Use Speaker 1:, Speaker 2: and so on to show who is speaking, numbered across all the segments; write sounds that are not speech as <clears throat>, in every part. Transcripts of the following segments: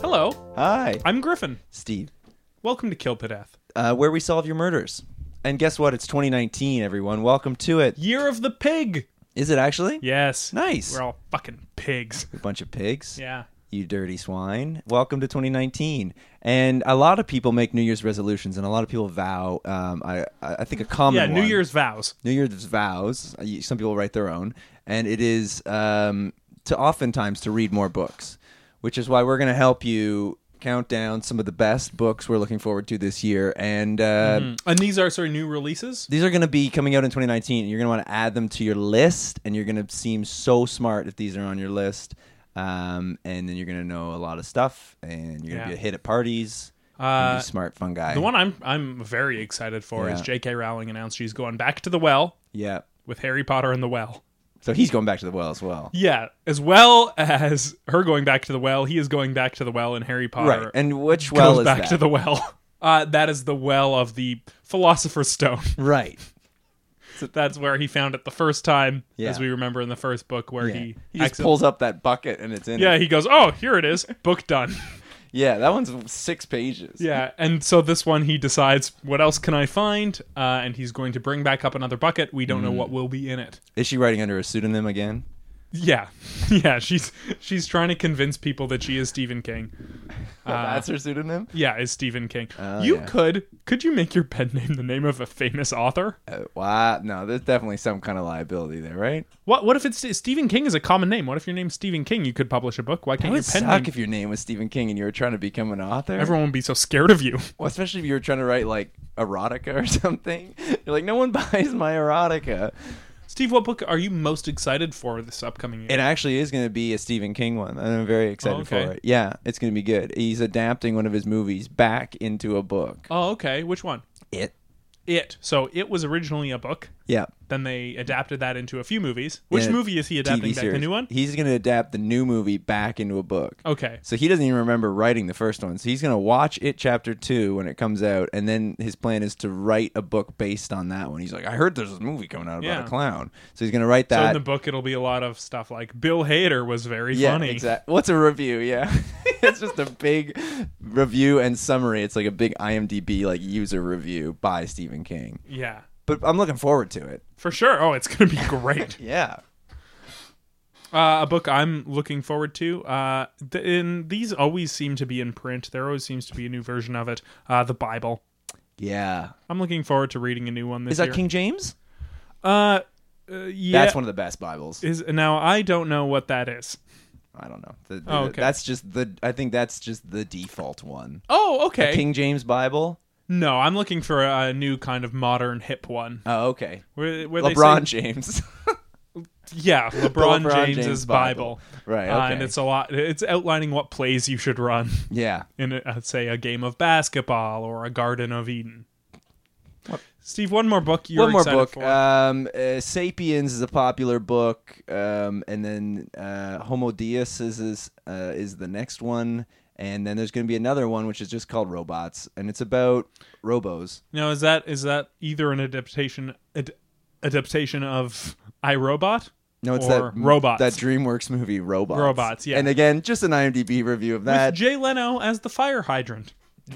Speaker 1: Hello,
Speaker 2: Hi,
Speaker 1: I'm Griffin.
Speaker 2: Steve.
Speaker 1: Welcome to Kilpadath.
Speaker 2: Uh, where we solve your murders. And guess what? It's 2019, everyone. Welcome to it.
Speaker 1: Year of the Pig!
Speaker 2: Is it actually?
Speaker 1: Yes.
Speaker 2: Nice.
Speaker 1: We're all fucking pigs.
Speaker 2: A bunch of pigs.
Speaker 1: <laughs> Yeah.
Speaker 2: You dirty swine. Welcome to 2019. And a lot of people make New Year's resolutions, and a lot of people vow. Um, I I I think a common
Speaker 1: Yeah, New
Speaker 2: one-
Speaker 1: Year's vows.
Speaker 2: New Year's vows. uh, you- Some people write their own, and it is um, to oftentimes to read more books, which is why we're going to help you count down some of the best books we're looking forward to this year. And uh,
Speaker 1: Mm-hmm. And these are, sorry, new releases?
Speaker 2: these are going to be coming out in 2019. You're going to want to add them to your list, and you're going to seem so smart if these are on your list. Um, and then you're going to know a lot of stuff, and you're
Speaker 1: Yeah.
Speaker 2: going to be a hit at parties. and be
Speaker 1: Uh,
Speaker 2: a smart, fun guy.
Speaker 1: the one I'm, I'm very excited for is
Speaker 2: Yeah.
Speaker 1: J.K. Rowling announced she's going back to the well
Speaker 2: yeah.
Speaker 1: with Harry Potter and the well.
Speaker 2: So he's going back to the well as well.
Speaker 1: Yeah, as well as her going back to the well, he is going back to the well in Harry Potter.
Speaker 2: Right. And which
Speaker 1: goes
Speaker 2: well is
Speaker 1: back
Speaker 2: that?
Speaker 1: to the well. <laughs> Uh, that is the well of the Philosopher's Stone.
Speaker 2: <laughs>
Speaker 1: <laughs>
Speaker 2: right.
Speaker 1: That's where he found it the first time,
Speaker 2: Yeah.
Speaker 1: as we remember in the first book, where
Speaker 2: Yeah.
Speaker 1: he,
Speaker 2: He just
Speaker 1: accident-
Speaker 2: pulls up that bucket and it's in.
Speaker 1: Yeah,
Speaker 2: it.
Speaker 1: he goes, "Oh, here it is. Book
Speaker 2: <laughs>
Speaker 1: done."
Speaker 2: yeah. That one's six pages.
Speaker 1: yeah, and so this one he decides, "What else can I find?" Uh, and he's going to bring back up another bucket. We
Speaker 2: Mm.
Speaker 1: don't know what will be in it.
Speaker 2: Is she writing under a pseudonym again?
Speaker 1: Yeah, <laughs> yeah. She's she's trying to convince people that she is Stephen King. Uh-huh.
Speaker 2: That's her pseudonym.
Speaker 1: Yeah, is Stephen King.
Speaker 2: Oh,
Speaker 1: you
Speaker 2: yeah.
Speaker 1: could could you make your pen name the name of a famous author?
Speaker 2: Uh, wow. No, there's definitely some kind of liability there, right?
Speaker 1: What what if it's Stephen King is a common name? What if your name's Stephen King? You could publish a book. Why
Speaker 2: It
Speaker 1: can't your
Speaker 2: would
Speaker 1: pen
Speaker 2: suck
Speaker 1: name?
Speaker 2: if your name was Stephen King and you were trying to become an author.
Speaker 1: Everyone would be so scared of you. <laughs>
Speaker 2: Well, especially if you were trying to write like erotica or <laughs> something. You're like, no one <laughs> buys my erotica.
Speaker 1: Steve, what book are you most excited for this upcoming year?
Speaker 2: It actually is going to be a Stephen King one, and I'm very excited
Speaker 1: Oh, okay.
Speaker 2: for it. Yeah, it's going to be good. He's adapting one of his movies back into a book.
Speaker 1: oh, okay. Which one?
Speaker 2: It.
Speaker 1: It. So it was originally a book.
Speaker 2: Yeah.
Speaker 1: Then they adapted that into a few movies. Which
Speaker 2: In a
Speaker 1: movie is he adapting
Speaker 2: TV
Speaker 1: back?
Speaker 2: series.
Speaker 1: The new one?
Speaker 2: He's going to adapt the new movie back into a book.
Speaker 1: Okay.
Speaker 2: So he doesn't even remember writing the first one. So he's going to watch it chapter 2 when it comes out and then his plan is to write a book based on that one. He's like, "I heard there's this movie coming out about
Speaker 1: Yeah.
Speaker 2: a clown." So he's going to write
Speaker 1: So
Speaker 2: that
Speaker 1: in the book, it'll be a lot of stuff like Bill Hader was very
Speaker 2: Yeah,
Speaker 1: funny.
Speaker 2: exactly. What's a review? Yeah, <laughs> it's just a big review and summary. It's like a big IMDb like user review by Stephen King.
Speaker 1: Yeah,
Speaker 2: But I'm looking forward to it.
Speaker 1: for sure. Oh, it's gonna be great.
Speaker 2: <laughs> Yeah,
Speaker 1: Uh, a book I'm looking forward to. Uh, th- and these always seem to be in print. There always seems to be a new version of it. Uh, the Bible.
Speaker 2: yeah.
Speaker 1: I'm looking forward to reading a new one this
Speaker 2: Is that
Speaker 1: year.
Speaker 2: King James?
Speaker 1: Uh, uh, yeah.
Speaker 2: That's one of the best Bibles.
Speaker 1: Is now I don't know what that is.
Speaker 2: I don't know. The- the-
Speaker 1: Oh, okay.
Speaker 2: That's just the. I think that's just the default one.
Speaker 1: Oh, okay.
Speaker 2: King James Bible.
Speaker 1: No, I'm looking for a new kind of modern hip one.
Speaker 2: Oh, okay.
Speaker 1: Where, where they
Speaker 2: LeBron
Speaker 1: say-
Speaker 2: James. <laughs>
Speaker 1: yeah, LeBron,
Speaker 2: LeBron
Speaker 1: James's
Speaker 2: James
Speaker 1: Bible.
Speaker 2: Bible. right. Okay.
Speaker 1: Uh, and it's a lot. It's outlining what plays you should run <laughs>
Speaker 2: yeah.
Speaker 1: in, uh, say, a game of basketball or a Garden of Eden. Steve, one more book. You're
Speaker 2: one more
Speaker 1: excited
Speaker 2: book.
Speaker 1: For.
Speaker 2: Um, uh, *Sapiens* is a popular book, um, and then uh, *Homo Deus* is is, uh, is the next one, and then there's going to be another one which is just called *Robots*, and it's about robos.
Speaker 1: Now, is that is that either an adaptation ad, adaptation of iRobot?
Speaker 2: No, it's
Speaker 1: or
Speaker 2: that
Speaker 1: robots
Speaker 2: that DreamWorks movie *Robots*.
Speaker 1: Robots, yeah.
Speaker 2: And again, just an IMDb review of
Speaker 1: with
Speaker 2: that.
Speaker 1: Jay Leno as the fire hydrant.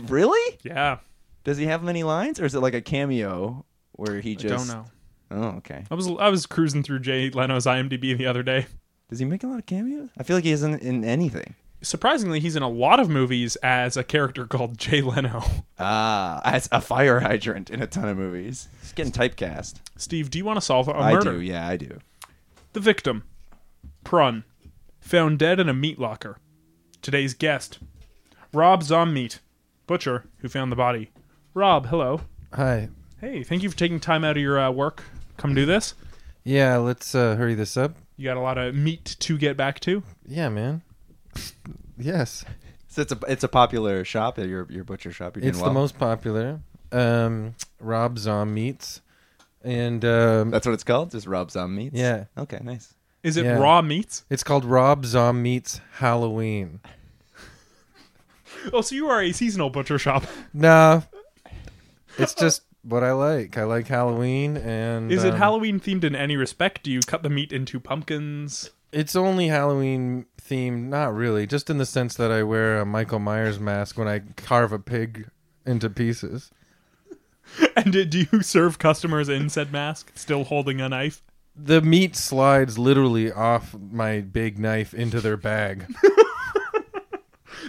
Speaker 2: really?
Speaker 1: Yeah,
Speaker 2: Does he have many lines, or is it like a cameo where he
Speaker 1: I
Speaker 2: just?
Speaker 1: don't know.
Speaker 2: Oh, okay.
Speaker 1: I was I was cruising through Jay Leno's IMDb the other day.
Speaker 2: Does he make a lot of cameos? I feel like he isn't in anything.
Speaker 1: Surprisingly, he's in a lot of movies as a character called Jay Leno. <laughs>
Speaker 2: Ah, as a fire <laughs> hydrant in a ton of movies. He's getting typecast.
Speaker 1: Steve, do you want to solve a
Speaker 2: I
Speaker 1: murder?
Speaker 2: do, yeah, I do.
Speaker 1: The victim, Prun, found dead in a meat locker. Today's guest, Rob Zommeat, butcher who found the body. Rob, hello.
Speaker 3: Hi.
Speaker 1: Hey, thank you for taking time out of your uh, work. Come do this.
Speaker 3: Yeah, let's uh, hurry this up.
Speaker 1: You got a lot of meat to get back to.
Speaker 3: Yeah, man. yes.
Speaker 2: So it's a it's a popular shop. Your your butcher shop. You're doing
Speaker 3: It's
Speaker 2: well.
Speaker 3: the most popular. Um, Rob Zom meats, and um,
Speaker 2: That's what it's called. Just Rob Zom meats.
Speaker 3: Yeah.
Speaker 2: Okay. Nice.
Speaker 1: Is it
Speaker 3: Yeah.
Speaker 1: raw meats?
Speaker 3: it's called Rob Zom meats Halloween.
Speaker 1: Oh, so you are a seasonal butcher shop.
Speaker 3: Nah, it's just what I like. I like Halloween, and
Speaker 1: Is it
Speaker 3: um,
Speaker 1: Halloween themed in any respect? Do you cut the meat into pumpkins? <laughs>
Speaker 3: It's only Halloween themed, not really. Just in the sense that I wear a Michael Myers mask when I carve a pig into pieces.
Speaker 1: And do- do you serve customers in said mask, still holding a knife?
Speaker 3: The meat slides literally off my big knife into their bag.
Speaker 2: <laughs>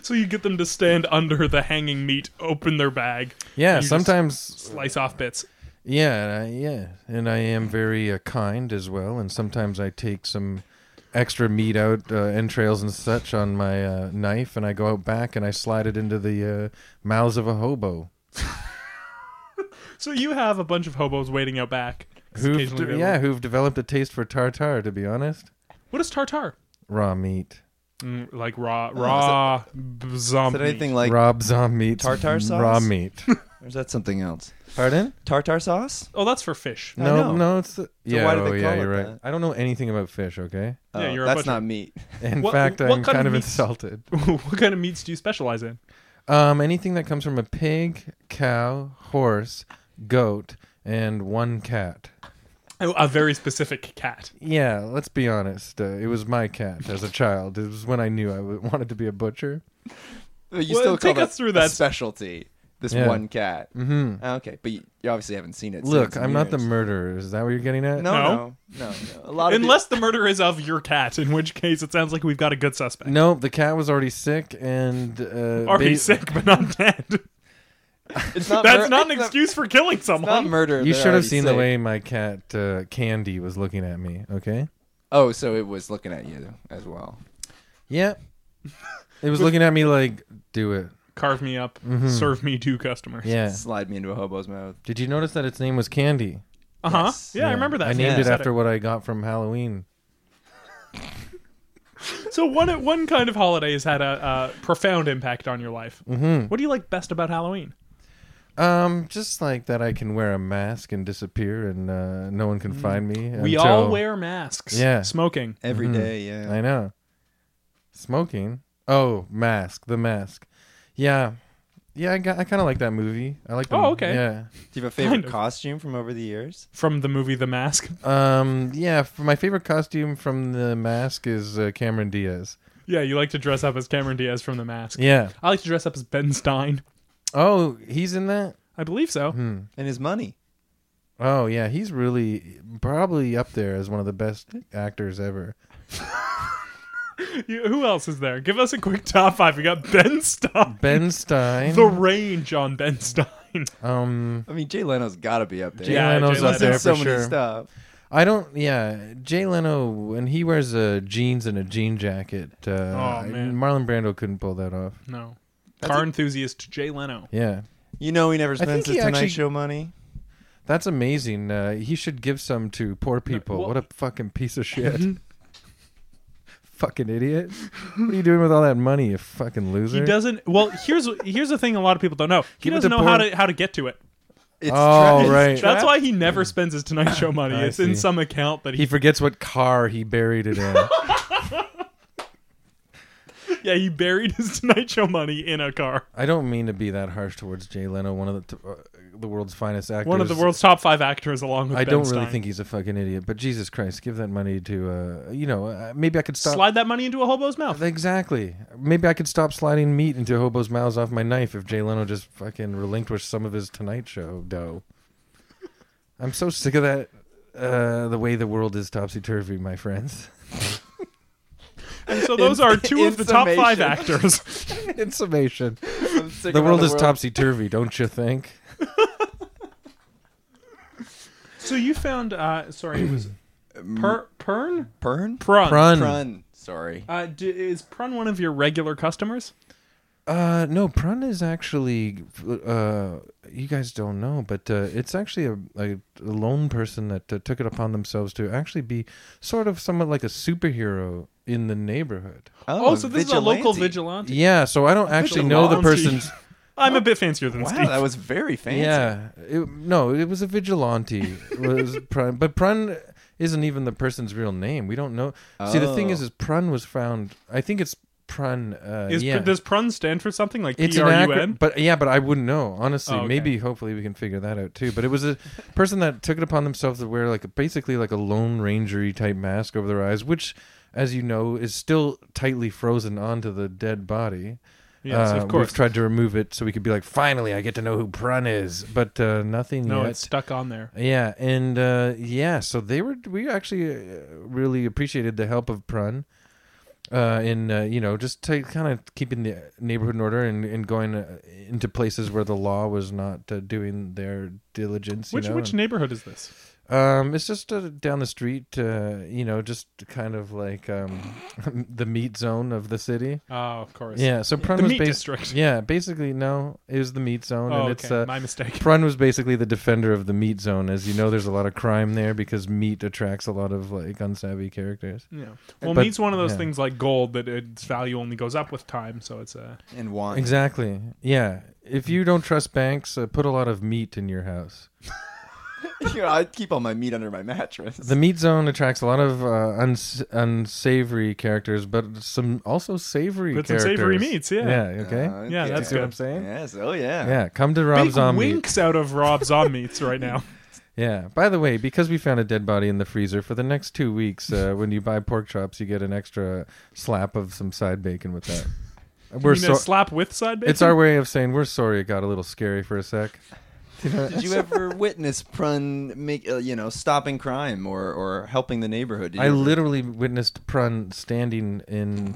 Speaker 1: So you get them to stand under the hanging meat, open their bag,
Speaker 3: Yeah,
Speaker 1: You just-
Speaker 3: sometimes
Speaker 1: slice off bits.
Speaker 3: Yeah, and I, yeah, and I am very uh, kind as well, and sometimes I take some extra meat out, uh, entrails and such, on my uh, knife, and I go out back and I slide it into the uh, mouths of a hobo.
Speaker 1: So you have a bunch of hobos waiting out back. 'cause
Speaker 3: Who've
Speaker 1: occasionally
Speaker 3: de-
Speaker 1: they-
Speaker 3: yeah, who've developed a taste for tartar, to be honest.
Speaker 1: What is tartar?
Speaker 3: Raw meat,
Speaker 1: Mm, like raw, raw b-
Speaker 2: Oh, Is
Speaker 1: zombie.
Speaker 2: that anything like?
Speaker 3: raw zombie meat, Mm,
Speaker 2: tartar sauce? <laughs>
Speaker 3: raw meat.
Speaker 2: Or is that something else?
Speaker 3: Pardon?
Speaker 2: Tartar sauce.
Speaker 1: Oh, that's for fish. <laughs>
Speaker 2: I
Speaker 3: No,
Speaker 2: know.
Speaker 3: no, it's the, yeah,
Speaker 2: why do they
Speaker 3: oh,
Speaker 2: call
Speaker 3: yeah,
Speaker 2: it
Speaker 3: you're right.
Speaker 2: that?
Speaker 3: I don't know anything about fish. Okay,
Speaker 1: Yeah,
Speaker 2: Oh,
Speaker 1: you're a
Speaker 2: That's
Speaker 1: butcher.
Speaker 2: not <laughs> meat.
Speaker 3: in
Speaker 1: What-
Speaker 3: fact,
Speaker 1: what
Speaker 3: I'm
Speaker 1: kind of
Speaker 3: kind of
Speaker 1: meats-
Speaker 3: insulted.
Speaker 1: what kind of meats do you specialize in?
Speaker 3: Um, anything that comes from a pig, cow, horse, goat, and one cat.
Speaker 1: A, Oh, a very specific cat.
Speaker 3: Yeah, let's be honest. Uh, it was my cat as a child. It was when I knew I w- wanted to be a butcher.
Speaker 2: But you
Speaker 1: Well,
Speaker 2: still
Speaker 1: take
Speaker 2: call
Speaker 1: us
Speaker 2: that
Speaker 1: through
Speaker 2: a
Speaker 1: that.
Speaker 2: specialty. This
Speaker 3: Yeah.
Speaker 2: one cat. Ah,
Speaker 3: hmm
Speaker 2: Okay, but you, you obviously haven't seen it.
Speaker 3: Look,
Speaker 2: since in
Speaker 3: I'm not the
Speaker 2: years.
Speaker 3: murderer. Is that what you're getting at?
Speaker 2: no,
Speaker 1: No?
Speaker 2: no, no, no. A lot of peop-
Speaker 1: Unless the murder is of your cat, in which case it sounds like we've got a good suspect.
Speaker 3: Nope, the cat was already sick
Speaker 1: <laughs>
Speaker 3: and. Uh,
Speaker 1: Are
Speaker 3: ba-
Speaker 1: he sick but not dead?
Speaker 2: <laughs> it's Mm,
Speaker 1: <laughs>
Speaker 2: not
Speaker 1: That's
Speaker 2: mur-
Speaker 1: not an
Speaker 2: it's
Speaker 1: excuse for killing
Speaker 2: It's not
Speaker 1: someone.
Speaker 2: murder.
Speaker 3: You
Speaker 2: they're
Speaker 3: should have
Speaker 2: already
Speaker 3: seen the
Speaker 2: sick.
Speaker 3: way my cat uh, Candy was looking at me, okay?
Speaker 2: Oh, so it was looking at you as well. <laughs>
Speaker 3: Yeah. It was looking at me like, do it.
Speaker 1: Carve me up,
Speaker 3: Mhm.
Speaker 1: serve me to customers.
Speaker 2: <laughs>
Speaker 3: Yeah.
Speaker 2: Slide me into a hobo's mouth.
Speaker 3: Did you notice that its name was Candy?
Speaker 1: Uh huh.
Speaker 2: Yes.
Speaker 1: Yeah, I remember that.
Speaker 3: I
Speaker 1: You
Speaker 3: named it
Speaker 1: said
Speaker 3: after what I got from Halloween.
Speaker 1: So one one kind of holiday has had a uh, profound impact on your life.
Speaker 3: Mm-hmm.
Speaker 1: What do you like best about Halloween?
Speaker 3: Um, just like that, I can wear a mask and disappear, and uh, no one can find me.
Speaker 1: Mm. We
Speaker 3: until-
Speaker 1: all wear masks.
Speaker 3: Yeah.
Speaker 1: Smoking.
Speaker 2: Every
Speaker 3: Mhm.
Speaker 2: day, yeah.
Speaker 3: I know. Smoking. Oh, mask. The mask. Yeah, yeah. I got, I kind of like that movie. I like. The,
Speaker 1: Oh, okay.
Speaker 3: Yeah.
Speaker 2: Do you have a favorite
Speaker 1: Kind of.
Speaker 2: costume from over the years?
Speaker 1: From the movie The Mask. <laughs>
Speaker 3: Um. Yeah. f my favorite costume from the mask is uh, Cameron Diaz.
Speaker 1: Yeah, you like to dress up as Cameron Diaz from The Mask.
Speaker 3: Yeah.
Speaker 1: I like to dress up as Ben Stein.
Speaker 3: Oh, he's in that.
Speaker 1: I believe so.
Speaker 3: Hmm.
Speaker 2: And his money.
Speaker 3: Oh yeah, he's really probably up there as one of the best actors ever.
Speaker 1: You- who else is there? Give us a quick top five. We got Ben Stein.
Speaker 3: Ben Stein.
Speaker 1: The range on Ben Stein. <laughs>
Speaker 3: um.
Speaker 2: I mean, Jay Leno's got to be up there.
Speaker 3: Jay
Speaker 1: Yeah,
Speaker 3: Leno's
Speaker 1: Jay
Speaker 3: up
Speaker 2: He's done
Speaker 1: Leno.
Speaker 3: there for
Speaker 2: so many
Speaker 3: sure.
Speaker 2: stuff.
Speaker 3: I don't. Yeah, Jay Leno when he wears uh, jeans and a jean jacket. Uh,
Speaker 1: Oh, man.
Speaker 3: Marlon Brando couldn't pull that off.
Speaker 1: No.
Speaker 2: That's
Speaker 1: Car enthusiast Jay Leno.
Speaker 3: Yeah,
Speaker 2: You know, he never
Speaker 3: think
Speaker 2: spends his
Speaker 3: he
Speaker 2: Tonight
Speaker 3: actually-
Speaker 2: Show money.
Speaker 3: that's amazing. Uh, he should give some to poor people.
Speaker 1: well-
Speaker 3: what a fucking piece
Speaker 1: <laughs>
Speaker 3: of shit. fucking idiot. What are you doing with all that money? You fucking loser.
Speaker 1: He doesn't. Well, here's here's the thing. A lot of people don't know. He
Speaker 3: Give it
Speaker 1: doesn't
Speaker 3: to
Speaker 1: know how
Speaker 3: poor-
Speaker 1: to how to get to it.
Speaker 2: It's
Speaker 3: Oh,
Speaker 2: trapped.
Speaker 3: right.
Speaker 2: It's trapped.
Speaker 1: That's why he never spends his Tonight <laughs> Show money.
Speaker 3: I
Speaker 1: It's in
Speaker 3: see.
Speaker 1: some account that
Speaker 3: He
Speaker 1: he.
Speaker 3: forgets what car he buried it in. <laughs>
Speaker 1: Yeah, he buried his <laughs> Tonight Show money in a car.
Speaker 3: I don't mean to be that harsh towards Jay Leno, one of the uh, the world's finest actors.
Speaker 1: One of the world's top five actors, along with
Speaker 3: I
Speaker 1: Ben
Speaker 3: don't really
Speaker 1: Stein.
Speaker 3: think he's a fucking idiot, but Jesus Christ, give that money to uh, you know, uh, maybe I could stop
Speaker 1: Slide that money into a hobo's mouth.
Speaker 3: Exactly. Maybe I could stop sliding meat into hobos' mouths off my knife if Jay Leno just fucking relinquished some of his Tonight Show dough. I'm so sick of that. Uh, the way the world is topsy turvy, my friends. <laughs>
Speaker 1: And so those are two of the top five
Speaker 2: Information.
Speaker 1: actors.
Speaker 3: In summation,
Speaker 2: I'm sick
Speaker 3: the
Speaker 2: of how
Speaker 3: world is topsy turvy, don't you think?
Speaker 1: <laughs> so you found, uh, sorry, it <clears throat> was per, Pern? Prun.
Speaker 2: Pern?
Speaker 3: Prun.
Speaker 2: Prun. Sorry.
Speaker 1: Uh, d- is Prun one of your regular customers?
Speaker 3: Uh, no, Prun is actually, uh, you guys don't know, but uh, it's actually a, a, a lone person that uh, took it upon themselves to actually be sort of somewhat like a superhero in the neighborhood.
Speaker 1: Oh, so this is a local vigilante.
Speaker 3: Yeah, so I don't actually know the
Speaker 1: Vigilante.
Speaker 3: person's.
Speaker 1: <laughs> I'm a bit fancier than
Speaker 2: Wow,
Speaker 1: Steve.
Speaker 2: that was very fancy.
Speaker 3: Yeah, it, no, it was a vigilante.
Speaker 1: <laughs>
Speaker 3: was Prun, but Prun isn't even the person's real name. We don't know. See, the thing is,
Speaker 2: Oh.
Speaker 3: is Prun was found. I think it's Prun. Uh,
Speaker 1: Is,
Speaker 3: yeah.
Speaker 1: Does prun stand for something like
Speaker 3: It's
Speaker 1: P
Speaker 3: an
Speaker 1: E R U
Speaker 3: acronym,
Speaker 1: N?
Speaker 3: but yeah, but I wouldn't know honestly.
Speaker 1: Oh, okay.
Speaker 3: Maybe hopefully we can figure that out too. But it was a person that took it upon themselves to wear like a, basically like a lone rangery type mask over their eyes, which, as you know, is still tightly frozen onto the dead body.
Speaker 1: Yes,
Speaker 3: Uh,
Speaker 1: of course.
Speaker 3: We've tried to remove it so we could be like, finally, I get to know who Prun is, but uh, nothing
Speaker 1: no,
Speaker 3: yet.
Speaker 1: it's stuck on there.
Speaker 3: Yeah, and uh, yeah, so they were. We actually uh, really appreciated the help of Prun, uh, in uh, you know just to kind of keeping the neighborhood in order and, and going uh, into places where the law was not uh, doing their diligence. you
Speaker 1: Which
Speaker 3: know,
Speaker 1: which
Speaker 3: and-
Speaker 1: neighborhood is this?
Speaker 3: um, it's just uh, down the street. Uh, you know, just kind of like um, <laughs> the meat zone of the city.
Speaker 1: Oh, of course.
Speaker 3: Yeah, so Prun
Speaker 1: the
Speaker 3: was
Speaker 1: meat
Speaker 3: bas-
Speaker 1: district.
Speaker 3: Yeah, basically no, it was the meat zone,
Speaker 1: Oh,
Speaker 3: and
Speaker 1: okay.
Speaker 3: it's uh,
Speaker 1: My mistake.
Speaker 3: Prun was basically the defender of the meat zone. As you know, there's a lot of crime there because meat attracts a lot of like unsavvy characters.
Speaker 1: <laughs> Yeah. Well,
Speaker 3: But-
Speaker 1: meat's one of those
Speaker 3: yeah.
Speaker 1: things like gold that its value only goes up with time, so it's uh, a
Speaker 2: And wine.
Speaker 3: Exactly. Yeah. If you don't trust banks, uh, put a lot of meat in your house.
Speaker 2: <laughs> you know, I keep all my meat under my mattress.
Speaker 3: The meat zone attracts a lot of uh, uns- unsavory characters, but some also savory
Speaker 1: But some
Speaker 3: characters.
Speaker 1: savory meats, yeah.
Speaker 3: Yeah. Okay.
Speaker 2: Uh,
Speaker 1: Yeah, that's
Speaker 3: See what
Speaker 1: good.
Speaker 3: I'm saying?
Speaker 2: Yes. Oh yeah.
Speaker 3: Yeah, come to Rob
Speaker 1: big
Speaker 3: Zombie.
Speaker 1: winks out of Rob Zombies right now.
Speaker 3: Yeah. By the way, because we found a dead body in the freezer, for the next two weeks, uh, when you buy pork chops, you get an extra slap of some side bacon
Speaker 1: <laughs>
Speaker 3: with that. <laughs> We're
Speaker 1: We're
Speaker 3: so-
Speaker 1: slap with side bacon.
Speaker 3: it's our way of saying we're sorry it got a little scary for a sec.
Speaker 2: Did you ever witness Prun make uh, you know stopping crime or or helping the neighborhood? Did you
Speaker 3: I
Speaker 2: ever-
Speaker 3: literally witnessed Prun standing in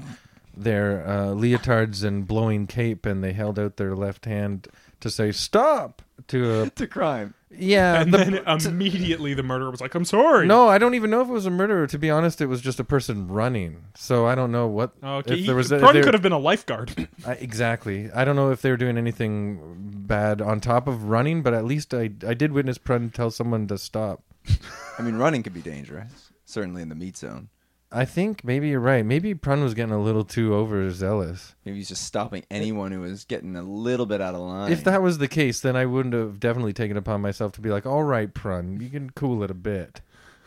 Speaker 3: their uh, leotards and blowing cape, and they held out their left hand to say "stop"
Speaker 1: <laughs>
Speaker 3: to a
Speaker 2: to crime.
Speaker 3: yeah.
Speaker 1: and
Speaker 3: uh, the-
Speaker 1: then immediately the murderer was like, "I'm sorry."
Speaker 3: no, I don't even know if it was a murderer. To be honest, it was just a person running. So I don't know what
Speaker 1: Okay.
Speaker 3: if
Speaker 1: he-
Speaker 3: there was if
Speaker 1: Prun
Speaker 3: there-
Speaker 1: could have been a
Speaker 3: <laughs>
Speaker 1: lifeguard.
Speaker 3: I, exactly. I don't know if they were doing anything bad on top of running, but at least I I did witness Prun tell someone to stop.
Speaker 2: I mean, running could be dangerous, certainly in the meat zone.
Speaker 3: I think maybe you're right. Maybe Prun was getting a little too overzealous.
Speaker 2: Maybe he's just stopping anyone who is getting a little bit out of line.
Speaker 3: If that was the case, then I wouldn't have definitely taken it upon myself to be like, "All right, Prun, you can cool it a bit."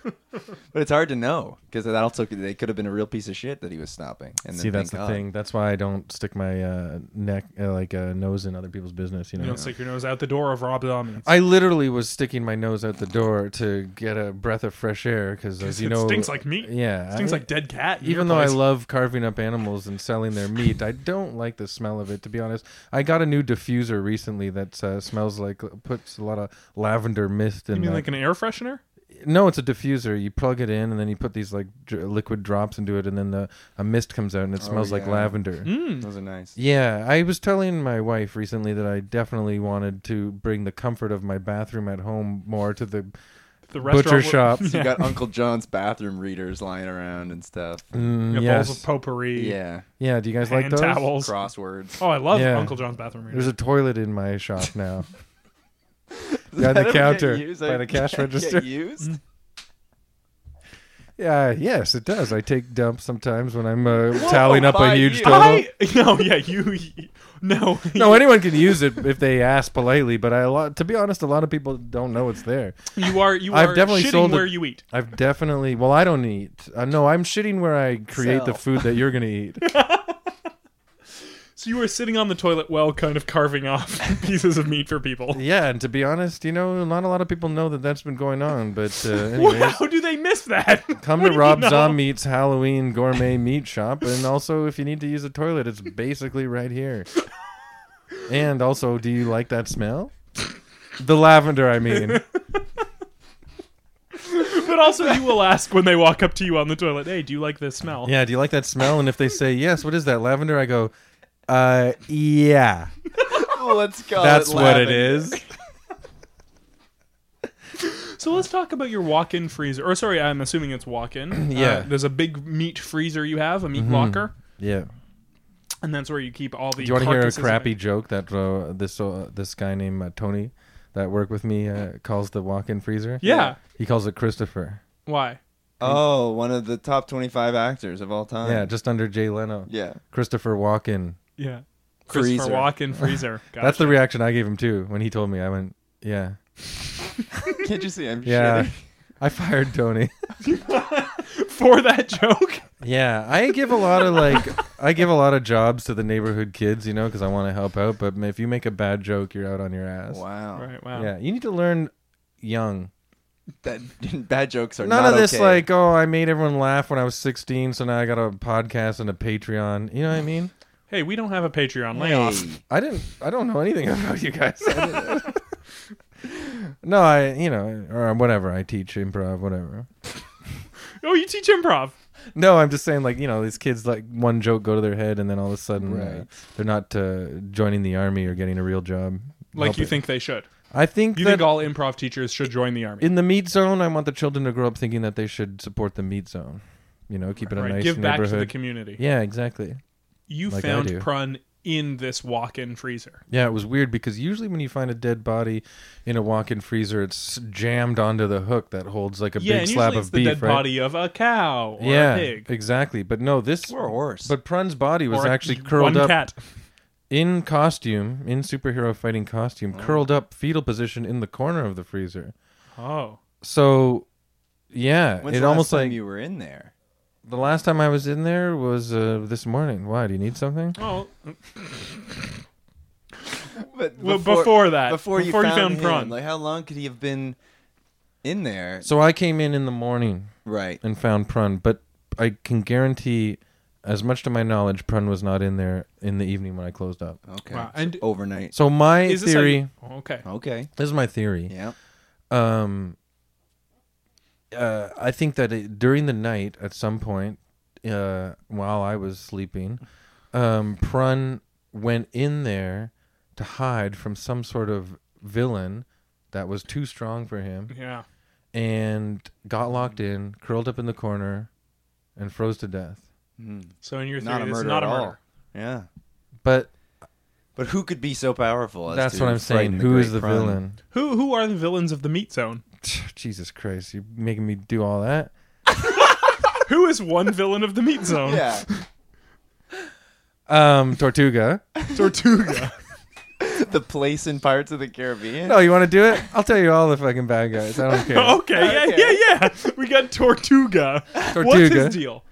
Speaker 2: but it's hard to know because that also could, they could have been a real piece of shit that he was stopping. And
Speaker 3: See,
Speaker 2: then thank
Speaker 3: that's the
Speaker 2: God.
Speaker 3: thing. That's why I don't stick my uh, neck uh, like uh, nose in other people's business. You know.
Speaker 1: you don't stick your nose out the door of Rob Zombies.
Speaker 3: I literally was sticking my nose out the door to get a breath of fresh
Speaker 1: <laughs>
Speaker 3: air because, as you
Speaker 1: it
Speaker 3: know,
Speaker 1: stinks like meat.
Speaker 3: Yeah,
Speaker 1: Things
Speaker 3: I-
Speaker 1: like dead cat. in your
Speaker 3: even though I
Speaker 1: place.
Speaker 3: love carving up animals and selling their meat, I don't like the smell of it. To be honest, I got a new diffuser recently that uh, smells like puts a lot of lavender mist in.
Speaker 1: you mean
Speaker 3: that.
Speaker 1: like an air freshener?
Speaker 3: no, it's a diffuser. You plug it in and then you put these like dr- liquid drops into it, and then the a mist comes out and it
Speaker 2: Oh,
Speaker 3: smells like
Speaker 2: yeah.
Speaker 3: lavender.
Speaker 1: Mm.
Speaker 2: "Oh, Those are nice.
Speaker 3: Yeah, I was telling my wife recently that I definitely wanted to bring the comfort of my bathroom at home more to the
Speaker 1: The
Speaker 3: butcher
Speaker 1: restaurant
Speaker 3: shop.
Speaker 1: <laughs>
Speaker 2: So you got Uncle John's bathroom readers lying around and stuff.
Speaker 1: Yeah,
Speaker 3: Mm,
Speaker 1: Bowls of
Speaker 3: yes.
Speaker 1: potpourri.
Speaker 2: Yeah,
Speaker 3: Yeah, do you guys like
Speaker 1: hand
Speaker 3: those?
Speaker 1: towels.
Speaker 2: crosswords.
Speaker 1: Oh, I love
Speaker 3: Yeah.
Speaker 1: Uncle John's bathroom. reader.
Speaker 3: There's a toilet in my shop now.
Speaker 2: Does <laughs> that
Speaker 3: Yeah, the
Speaker 2: ever get
Speaker 3: counter,
Speaker 2: used?
Speaker 3: by the cash
Speaker 2: Get
Speaker 3: register.
Speaker 2: used? <laughs>
Speaker 3: Yeah, Uh, yes, it does. I take dumps sometimes when I'm uh,
Speaker 2: Whoa,
Speaker 3: tallying up a
Speaker 2: by
Speaker 3: huge
Speaker 2: you.
Speaker 1: <laughs>
Speaker 3: total.
Speaker 1: I no, yeah, you no.
Speaker 3: No, anyone can use it if they ask politely, but I a lot, to be honest, a lot of people don't know it's there.
Speaker 1: <laughs> you are you
Speaker 3: I've
Speaker 1: are
Speaker 3: definitely
Speaker 1: shitting
Speaker 3: sold a-
Speaker 1: where you eat.
Speaker 3: I've definitely, well, I don't eat. Uh, no, I'm shitting where I create the
Speaker 2: Sell.
Speaker 3: food that you're going to eat.
Speaker 1: So you were sitting on the toilet well, kind of carving off <laughs> pieces of meat for people. <laughs>
Speaker 3: yeah, and to be honest, you know, not a lot of people know that that's been going on, but uh,
Speaker 1: <laughs>
Speaker 3: anyways.
Speaker 1: How do they miss that? <laughs>
Speaker 3: Come
Speaker 1: What
Speaker 3: to
Speaker 1: do you
Speaker 3: Rob
Speaker 1: know?
Speaker 3: Zombie's Halloween Gourmet Meat Shop, and also if you need to use a toilet, it's basically right here. And also, do you like that smell? The lavender, I mean.
Speaker 1: But also, you will ask when they walk up to you on the toilet, "Hey, do you like this smell?"
Speaker 3: Yeah, do you like that smell? And if they say yes, what is that lavender? I go, uh, yeah,
Speaker 2: Let's call
Speaker 3: that's
Speaker 2: it
Speaker 3: what it
Speaker 2: lavender.
Speaker 3: is.
Speaker 1: So let's talk about your walk-in freezer. Or sorry, I'm
Speaker 3: <clears throat>
Speaker 1: assuming it's walk-in. Uh,
Speaker 3: Yeah.
Speaker 1: there's a big meat freezer you have, a meat locker.
Speaker 3: Yeah,
Speaker 1: and that's where you keep all the.
Speaker 3: Do you want to hear a
Speaker 1: carcasses of
Speaker 3: crappy
Speaker 1: it.
Speaker 3: joke that uh, this uh, this guy named uh, Tony that worked with me uh, calls the walk-in freezer?
Speaker 1: Yeah.
Speaker 3: He calls it Christopher.
Speaker 1: Why?
Speaker 2: Oh, one of the top 25 actors of all time.
Speaker 3: yeah, just under Jay Leno.
Speaker 2: Yeah.
Speaker 3: Christopher Walken.
Speaker 1: Yeah. Christopher
Speaker 2: Freezer.
Speaker 3: <laughs>
Speaker 1: Walken freezer.
Speaker 3: That's the
Speaker 1: Gotcha.
Speaker 3: reaction I gave him too when he told me. I went, yeah,
Speaker 2: <laughs> Can't you see? I'm
Speaker 3: yeah.
Speaker 2: shitting.
Speaker 3: I fired Tony.
Speaker 1: <laughs> for that joke.
Speaker 3: <laughs> Yeah, I give a lot of like I give a lot of jobs to the neighborhood kids, you know, because I want to help out. But if you make a bad joke, you're out on your ass.
Speaker 2: Wow.
Speaker 1: Right. Wow.
Speaker 3: Oh, Yeah, you need to learn young.
Speaker 2: That, <laughs> bad jokes are
Speaker 3: None
Speaker 2: not
Speaker 3: of this
Speaker 2: okay.
Speaker 3: like, oh, I made everyone laugh when I was 16, so now I got a podcast and a Patreon. You know what I mean?
Speaker 1: Hey, we don't have a Patreon. Lay
Speaker 2: Hey.
Speaker 1: off. <laughs>
Speaker 3: I didn't. I don't know anything <laughs> about you guys. no, I, you know, or whatever. I teach improv, whatever.
Speaker 1: Oh, you teach improv.
Speaker 3: No, I'm just saying, like, you know, these kids, like, one joke go to their head, and then all of a sudden, uh,
Speaker 2: Right.
Speaker 3: they're not uh, joining the army or getting a real job.
Speaker 1: Like
Speaker 3: Help
Speaker 1: you
Speaker 3: it.
Speaker 1: think they should.
Speaker 3: I think
Speaker 1: You
Speaker 3: that
Speaker 1: think all improv teachers should join the army.
Speaker 3: in the meat zone, I want the children to grow up thinking that they should support the meat zone. You know, keep it a
Speaker 1: right.
Speaker 3: nice
Speaker 1: Give back
Speaker 3: neighborhood.
Speaker 1: to the community.
Speaker 3: yeah, exactly.
Speaker 1: You
Speaker 3: Like I
Speaker 1: found
Speaker 3: do.
Speaker 1: Prun in this walk-in freezer.
Speaker 3: Yeah, it was weird because usually when you find a dead body in a walk-in freezer, it's jammed onto the hook that holds like a
Speaker 1: yeah,
Speaker 3: big
Speaker 1: and
Speaker 3: slab
Speaker 1: usually it's
Speaker 3: of
Speaker 1: the
Speaker 3: beef,
Speaker 1: dead
Speaker 3: right?
Speaker 1: body of a cow or
Speaker 3: yeah,
Speaker 1: a pig
Speaker 3: exactly. But no, this
Speaker 2: Or a horse.
Speaker 3: But Prun's body was
Speaker 1: or a-
Speaker 3: actually curled
Speaker 1: one
Speaker 3: up
Speaker 1: cat.
Speaker 3: in costume, in superhero fighting costume,
Speaker 2: Oh.
Speaker 3: curled up fetal position in the corner of the freezer.
Speaker 1: Oh,
Speaker 3: So, yeah,
Speaker 2: When's
Speaker 3: it
Speaker 2: the last
Speaker 3: almost
Speaker 2: time
Speaker 3: like
Speaker 2: you were in there.
Speaker 3: the last time I was in there was uh, this morning. Why? Do you need something?
Speaker 1: oh,
Speaker 2: But
Speaker 1: well, before, that,
Speaker 2: before you
Speaker 1: before
Speaker 2: found, him,
Speaker 1: Prun,
Speaker 2: like how long could he have been in there?
Speaker 3: So I came in in the morning
Speaker 2: Right.
Speaker 3: and found Prun, but I can guarantee, as much to my knowledge, Prun was not in there in the evening when I closed up.
Speaker 2: Okay.
Speaker 1: Wow,
Speaker 2: So
Speaker 1: and-
Speaker 2: overnight.
Speaker 3: So my
Speaker 1: is this how
Speaker 3: theory.
Speaker 1: you- oh, okay,
Speaker 2: Okay.
Speaker 3: This is my theory.
Speaker 2: Yeah.
Speaker 3: um uh i think that it, during the night at some point uh while i was sleeping um prun went in there to hide from some sort of villain that was too strong for him
Speaker 1: yeah,
Speaker 3: and got locked in curled up in the corner and froze to death
Speaker 2: Mm.
Speaker 1: so in your theory,
Speaker 2: Not a
Speaker 1: this is
Speaker 2: murder
Speaker 1: not
Speaker 2: at
Speaker 1: a murder.
Speaker 2: all. Yeah.
Speaker 3: but
Speaker 2: But who could be so powerful? As
Speaker 3: that's
Speaker 2: to
Speaker 3: what i'm saying
Speaker 2: frighten
Speaker 3: who is
Speaker 2: great
Speaker 3: the
Speaker 2: Prun?
Speaker 3: villain <sighs>
Speaker 1: Who who are the villains of the meat zone?
Speaker 3: jesus christ you're making me do all that
Speaker 1: who is one villain of the meat zone?
Speaker 2: <laughs> Yeah.
Speaker 3: um tortuga <laughs>
Speaker 1: Tortuga.
Speaker 2: the place in Pirates of the Caribbean.
Speaker 3: no you want to do it i'll tell you all the fucking bad guys
Speaker 2: <laughs>
Speaker 3: i don't care
Speaker 1: <laughs> okay, yeah,
Speaker 2: Okay.
Speaker 1: yeah, yeah. We got Tortuga. What's
Speaker 3: Tortuga.
Speaker 1: his deal?